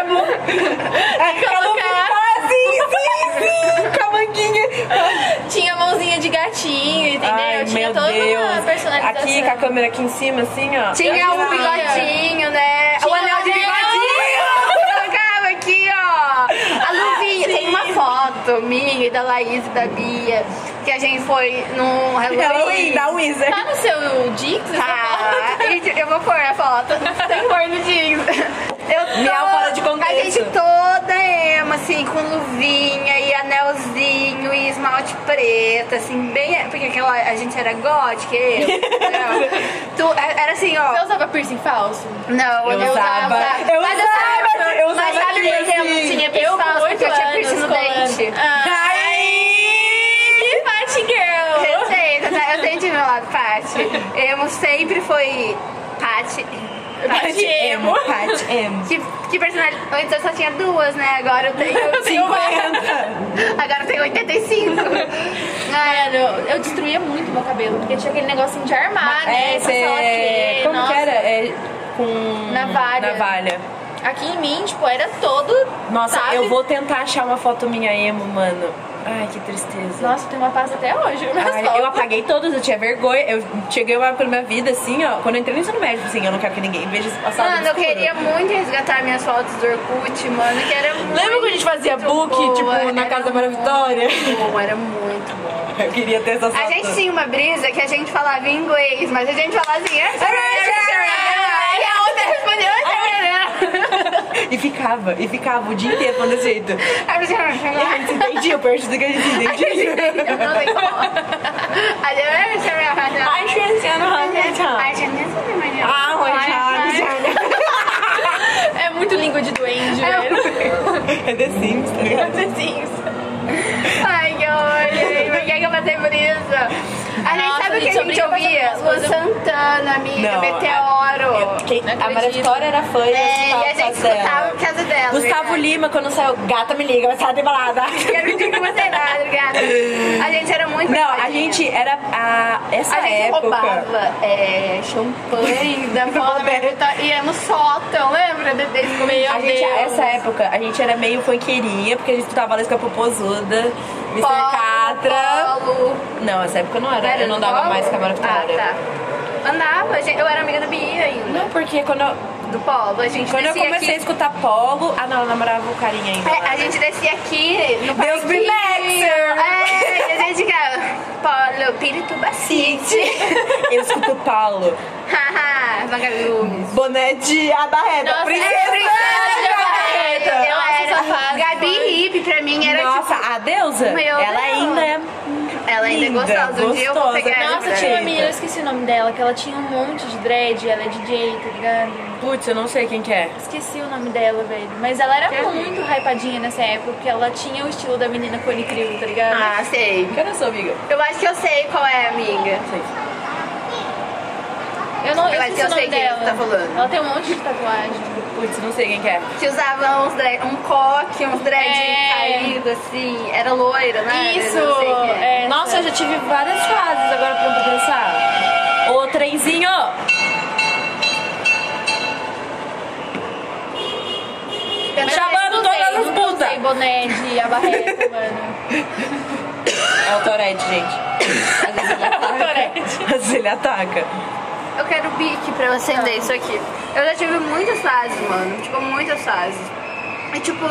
B: Emo. Aquela
C: colocar.
B: sim, assim, sim, sim, com a manguinha.
C: Tinha a mãozinha de gatinho, entendeu?
B: Ai,
C: tinha
B: meu
C: toda uma
B: Deus.
C: personalização.
B: Aqui, com a câmera aqui em cima, assim, ó.
A: Tinha o bigodinho, né? o anel de
C: Tinha o anel.
A: bigodinho! Colocava aqui, ó. A luvinha. Tem uma foto minha e da Laís e da Bia. Que a gente foi num Halloween.
B: Halloween, um da Wizard.
C: Tá no seu Dix?
A: Tá. E Eu vou pôr a foto. Tem um que pôr no jeans. Eu tô...
B: Miau fora de contexto.
A: A gente toda ema, assim, com luvinha e anelzinho e esmalte preto, assim, bem... Porque aquela... a gente era gótica, eu. entendeu? tu... Era assim, ó...
C: Você usava piercing falso?
A: Não,
B: Eu usava. Eu
A: mas
B: usava,
A: eu sabe,
B: eu
A: mas
B: usava
A: sabe
B: aqui,
A: por que eu não
B: assim.
A: tinha piercing falso? Porque eu tinha piercing no dente.
C: Ah,
B: Ai!
C: Party Girl!
A: Receita, tá? Eu tenho de meu lado, Paty. Emo sempre foi Paty.
C: Paty emo.
B: Pat emo.
A: Que, que personalidade. Antes eu só tinha duas, né? Agora eu tenho.
B: 50.
A: Agora eu tenho 85. Ai,
C: Mano, eu destruía muito meu cabelo, porque tinha aquele negocinho de armário.
B: É,
C: né? Com
B: você.
C: sei lá o quê.
B: Como
C: Nossa.
B: que era? É, com
C: Navalha.
B: navalha.
C: Aqui em mim, tipo, era todo.
B: Nossa,
C: sabe?
B: eu vou tentar achar uma foto minha emo, mano. Ai, que tristeza.
C: Nossa, tem uma pasta até hoje. Mas
B: Ai, eu apaguei todas, eu tinha vergonha. Eu cheguei uma época na minha vida, assim, ó. Quando eu entrei no ensino médio, assim, eu não quero que ninguém veja esse passado.
A: Mano, eu
B: escuro.
A: queria muito resgatar minhas fotos do Orkut, mano, que era muito
B: Lembra quando a gente fazia book, tipo, na
A: era
B: casa da Maria Vitória?
A: muito Bom, era muito bom.
B: Eu queria ter essa foto.
A: A gente tinha uma brisa que a gente falava em inglês, mas a gente falava assim... "Ah, sorry, sorry". Aí a outra respondeu... "Ah, sorry".
B: E ficava, e ficava o dia inteiro falando desse jeito. E
A: Aí você...
B: a gente se entendia, o pior de tudo é que a gente se entendia.
A: Eu não sei como. Aí eu... "Ah, sorry".
B: Ai, Ah, Cristiano
A: Ai, gente, nem sei, mas eu- Ai, ai.
C: É muito língua de duende, velho.
B: É The Sims, tá ligado?
A: Ai, que horror! Por que, que eu passei por isso? A gente
C: Nossa,
A: sabe o que a
C: gente, eu
A: gente
C: brinco com
A: ouvia?
C: essas
A: O
C: coisas.
A: Santana, amiga,
B: Não,
A: Meteoro.
B: Quem-
C: Não
B: a Maria
C: acredito.
B: Vitória era fã
A: é,
B: e eu
A: e a
B: escutava
A: gente
B: por causa dela.
A: escutava por causa dela.
B: Gustavo
A: verdade.
B: Lima, quando saiu, gata me liga, vai sair de balada.
A: Eu não tinha que você nada, gata. A gente era muito
B: Não, a
A: coitadinha.
B: gente era a, essa
A: A gente
B: época.
A: É, roubava é, champanhe da Paula Vitória e ia no sótão, lembra? Bebê comia.
B: A gente, essa é época, a gente era meio funkeirinha, porque a gente escutava Lesca Popozuda, Mr. Catra. Não, essa época eu não era, eu não dava mais com a Maria Vitória.
A: Ah, tá. Andava, gente- eu era amiga da Bia ainda.
B: Não, porque quando eu,
A: Do Polo, a gente
B: quando eu
A: descia
B: comecei a
A: aqui.
B: escutar Polo. Ah, não, eu namorava o carinha ainda.
A: É,
B: né?
A: a gente descia aqui no
B: Deus me
A: parquinho.
B: Lexer!
A: É, e a gente ficava Polo Pirituba City.
B: Eu escuto Paulo.
A: Haha, vagalumes.
B: Boné de aba reta.
C: Nossa,
A: é
B: princesa de
A: Eu
B: aba reta.
A: era
C: Nossa, safada.
A: Gabi Hip pra mim era
B: Nossa, a deusa,
A: Meu
B: ela
A: Deus.
B: ainda é
A: tipo. Ela ainda é
B: linda,
A: gostosa. Um dia eu vou
B: gostosa.
A: pegar ela
C: Nossa,
A: pra-
C: tinha uma menina, eu esqueci o nome dela, que ela tinha um monte de dread, ela é DJ, tá ligado?
B: Putz, eu não sei quem que é.
C: Esqueci o nome dela, velho. Mas ela era muito hypadinha nessa época, porque ela tinha o estilo da menina Cone Crew, tá ligado?
A: Ah, sei.
B: Que era sua amiga?
A: Eu acho que eu sei qual é, amiga.
B: Não sei.
C: eu não
A: eu
C: eu
A: acho que
C: esqueci
A: eu
C: o nome
A: sei quem
C: dela.
A: você tá falando.
C: Ela tem um monte de tatuagem.
B: Putz, não sei quem que é.
A: Que usava uns dre- um coque, uns dread
C: É.
A: caído, assim. Era loira, né?
C: Isso!
A: Eu não sei quem é.
C: é.
B: Nossa, eu já tive várias fases agora pra eu pensar. Ô, trenzinho! É
A: Mas
B: Chamando todas as putas!
C: Tem boné de abarreta, mano.
B: É o Tourette, gente. Às vezes ele ataca.
A: Eu quero um bique pra eu acender isso aqui. Eu já tive muitas fases, mano. Tipo, muitas fases. E tipo,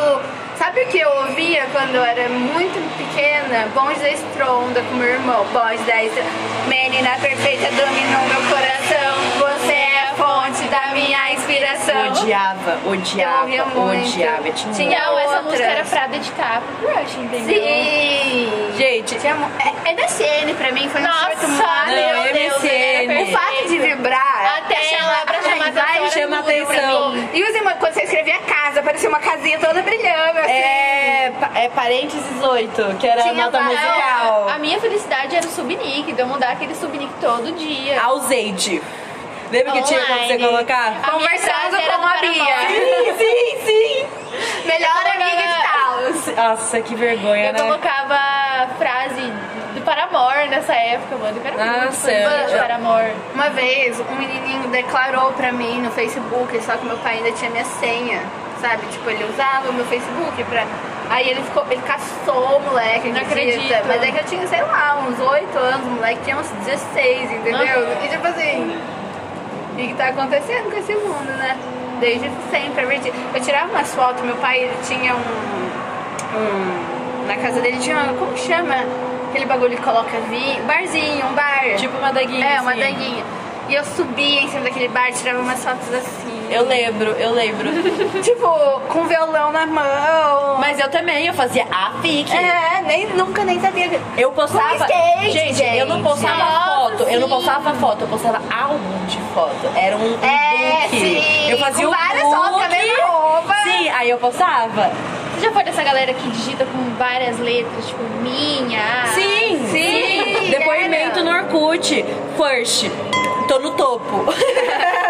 A: sabe o que eu ouvia quando eu era muito pequena? Bons da Estronda com meu irmão. Bons da Estronda. Menina perfeita dominou meu coração. Você é a fonte da minha
B: Eu
A: inspiração.
B: Odiava,
A: Então, Eu ouvia
B: odiava,
A: muito.
B: odiava. Tinha um
A: Tinha
C: Não, essa
A: outras.
C: música era pra dedicar pro crush, entendeu?
A: Sim!
B: um, Gente,
A: Tinha mu- é, é da CN pra mim, foi um
C: Nossa,
A: surto
C: não,
A: maravilhoso.
B: MSN.
C: é
A: O fato de vibrar.
C: Até
A: chamava-
C: lá pra chamar
A: Ai, vai,
C: atenção,
B: chama
C: era tudo pra
B: atenção.
C: mim.
A: E os imã- quando você escrevia casa, parecia uma casinha toda brilhando, assim.
B: é, pa- é parênteses 8, que era a
A: Tinha
B: nota
A: várias-
B: musical.
C: A minha felicidade era o subnick, de eu mudar aquele subnick todo dia.
B: Ausente. Lembra que tinha como você
C: Online.
B: colocar?
C: A minha
A: Conversando
C: frase era
A: com a
C: do
A: Bia.
B: Sim,
C: Paraná.
B: sim, sim.
A: Melhor
C: colocava-
A: amiga de tal.
B: Nossa, que vergonha,
C: Eu
B: né?
C: colocava frase do Paramor nessa época, mano. Eu era muito
B: Nossa,
C: fã
B: eu-
C: de Paramor.
A: Uma vez, um menininho declarou pra mim no Facebook, só que meu pai ainda tinha minha senha, sabe? Tipo, ele usava o meu Facebook pra... Aí ele ficou, ele caçou o moleque,
C: Não
A: acredita?
C: acredito.
A: Mas é que eu tinha, sei lá, uns 8 anos, o moleque tinha uns 16, entendeu? E tipo assim, o que que tá acontecendo com esse mundo, né? Desde sempre, é verdade. Eu tirava umas fotos, meu pai, ele tinha um... um- na casa dele tinha, uma- como que chama? Aquele bagulho que coloca vinho, barzinho, um bar.
B: Tipo uma daguinha.
A: É, uma
B: assim.
A: danguinha. E eu subia em cima daquele bar, tirava umas fotos assim.
B: Eu lembro, eu lembro.
A: Tipo, com violão na mão.
B: Mas eu também, eu fazia a fic.
A: É, nem, nunca nem sabia.
B: Eu
A: Com
B: postava.
A: skate,
B: gente, eu não
A: gente.
B: postava
C: Nossa,
B: foto. Eu não
C: sim.
B: postava foto, eu postava álbum de foto. Era um, um
A: É,
B: book.
A: sim.
B: Eu fazia
A: Com
B: um
A: várias
B: book.
A: fotos, a mesma roupa.
B: Sim, aí eu postava.
C: Você já foi dessa galera que digita com várias letras, tipo minha?
B: Sim,
A: Ah, sim,
B: Depoimento
A: era.
B: no Orkut. First. Tô no topo.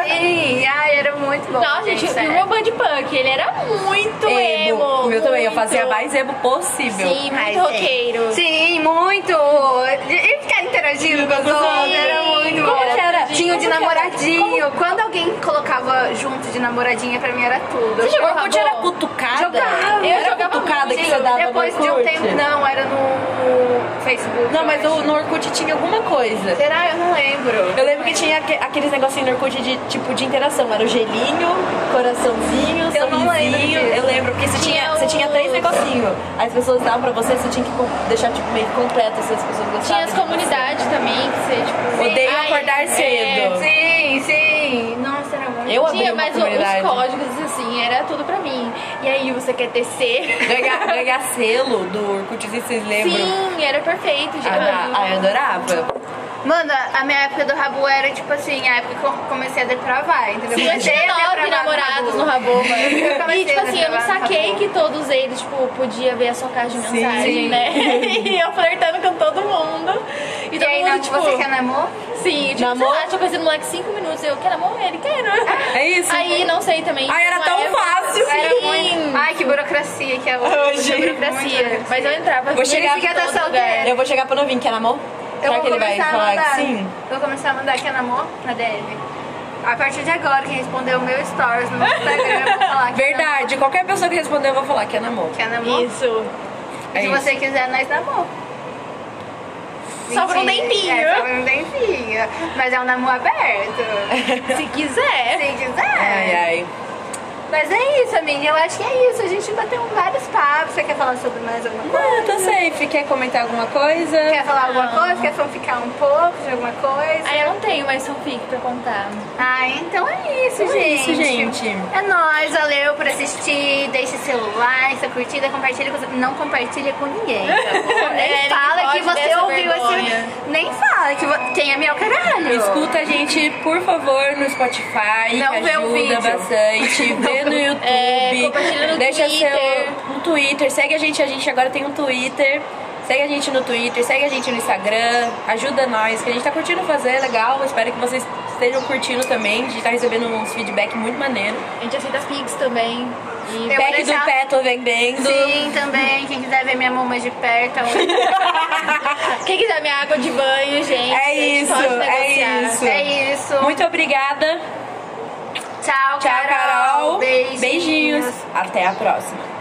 A: Sim, ai, era muito bom.
C: Nossa, gente,
A: sério.
C: o meu Bud Punk, ele era muito emo.
B: é. O meu também, eu fazia
C: muito.
B: mais emo possível.
C: Sim, muito
A: Mas, é.
C: roqueiro.
A: Sim, muito. E ficar interagindo com as outras, era muito bom.
B: Como que era?
A: Tinha o de
B: Como que era?
A: namoradinho. Quando alguém colocava junto de namoradinha, pra mim era tudo. Eu
B: Você jogou
A: ficava
B: Orkut era
A: boa.
B: cutucada?
A: Jogava.
B: era cutucada que você dava
A: Depois
B: no
A: de um
B: Orkut?
A: tempo. Não, era no Facebook.
B: Não, mas
A: eu
B: o-
A: acho.
B: no Orkut tinha alguma coisa.
A: Será? Eu não lembro.
B: Eu lembro que tinha aque- aqueles negocinhos no Orkut de tipo de interação. Era o gelinho, coraçãozinho,
A: Eu não lembro
B: sorrisinho.
A: disso.
B: Eu lembro, porque você tinha,
A: Tinha
B: você tinha três
A: os-
B: negocinhos. Aí As pessoas davam pra você, você tinha que com- deixar tipo, meio completo se as pessoas gostavam.
C: Tinha as
B: de você.
C: comunidades também, que você, tipo...
B: Sim. Odeio
C: ai,
B: acordar cedo.
A: Sim, sim. Nossa, era muito.
B: Eu abri
C: Tinha,
B: uma
C: mas o- os
B: comunidade.
C: códigos, assim, era tudo pra mim. E aí, você quer tecer?
B: Ganhar, ganhar selo do Orkut, se vocês lembram?
C: Sim, era perfeito, gente.
B: Ah, ah, eu adorava.
A: Mano, a minha época do Rabu era tipo assim, a época que eu comecei a depravar, entendeu?
C: Eu tinha nove namorados no Rabo,
A: Eu
C: mano.
A: comecei
C: E, tipo
A: a
C: assim, eu não
A: namorar no
C: saquei
A: Rabo.
C: que todos eles, tipo, podia ver a sua caixa de
B: Sim.
C: mensagem, né? E eu flertando com todo mundo. E,
A: E
C: todo
A: aí,
C: mundo,
A: não,
C: tipo...
A: você quer namoro?
C: Sim, tipo,
B: Namoro?
C: sei lá, tinha coisa do moleque cinco minutos, eu quero amor ele, quero.
B: É isso?
C: Aí, não sei também.
B: Ai, era
C: uma
B: tão
C: época-
B: fácil.
C: Era
B: Sim.
C: muito...
A: Ai, que burocracia que é
B: Hoje.
A: Muita
C: Burocracia.
A: burocracia.
C: Mas eu entrava.
B: Vou
C: assim,
B: chegar
C: em
A: pra
C: todo
A: dançar o
C: lugar.
A: quê?
B: Eu vou chegar pro novinho, quer namor?
A: Eu
B: Será
A: vou
B: que ele vai
A: começar a
B: falar
A: mandar.
B: que sim?
A: Eu vou começar a mandar que é namor na DM. A partir de agora, quem responder o meu stories no meu Instagram, eu vou falar que é
B: Verdade, qualquer pessoa que responder eu vou falar que é namor.
A: namor. Que é namor.
C: Isso.
B: É
A: Se
B: isso.
A: você quiser, nós namor.
C: Só por um
A: Mentira.
C: tempinho.
A: É, só por um tempinho. Mas é um namor aberto.
C: Se quiser.
A: Se quiser.
B: Ai, ai.
A: Mas é isso, amiga. Eu acho que é isso. A gente bateu vários papos. Você quer falar sobre mais alguma coisa?
B: Não, tá safe. Quer comentar alguma coisa?
A: Quer falar alguma coisa? Quer fanficar um pouco de alguma coisa?
C: Aí Ah, eu não tenho mais fanfic pra contar.
A: Ah, então é isso,
B: Então é
A: gente.
B: isso, gente.
A: É nóis. Valeu por assistir. Deixe seu like, sua curtida, compartilha com... Não compartilha com ninguém, tá bom? Nem
C: É,
A: fala
C: ninguém
A: que
C: pode ter
A: você
C: essa
A: ouviu
C: vergonha.
A: esse... Nem fala que vo... quem é meu caralho.
B: Escuta a gente, por favor, no Spotify,
A: Não
B: que
A: vê o
B: ajuda
A: vídeo.
B: bastante. Vê no YouTube.
C: É, compartilha no
B: deixa
C: Twitter.
B: seu no Twitter. Segue a gente, a gente agora tem um Twitter. Segue a gente no Twitter, segue a gente no Instagram, ajuda nós, que a gente tá curtindo fazer, é legal. Espero que vocês estejam curtindo também. A gente tá recebendo uns feedback muito maneiro.
C: A gente aceita pics também. E
A: Eu vou
B: Back
A: deixar-
B: do Petal vem bem do.
A: Sim, também. Quem quiser ver minha mama de perto, é um
C: quem quiser minha água de banho, gente.
B: É
C: a gente
B: isso,
C: pode
B: é
C: negociar.
B: isso.
A: É isso.
B: Muito obrigada.
A: Tchau,
B: Tchau, Carol.
A: Beijinhos.
B: Beijinhos. Até a próxima. É um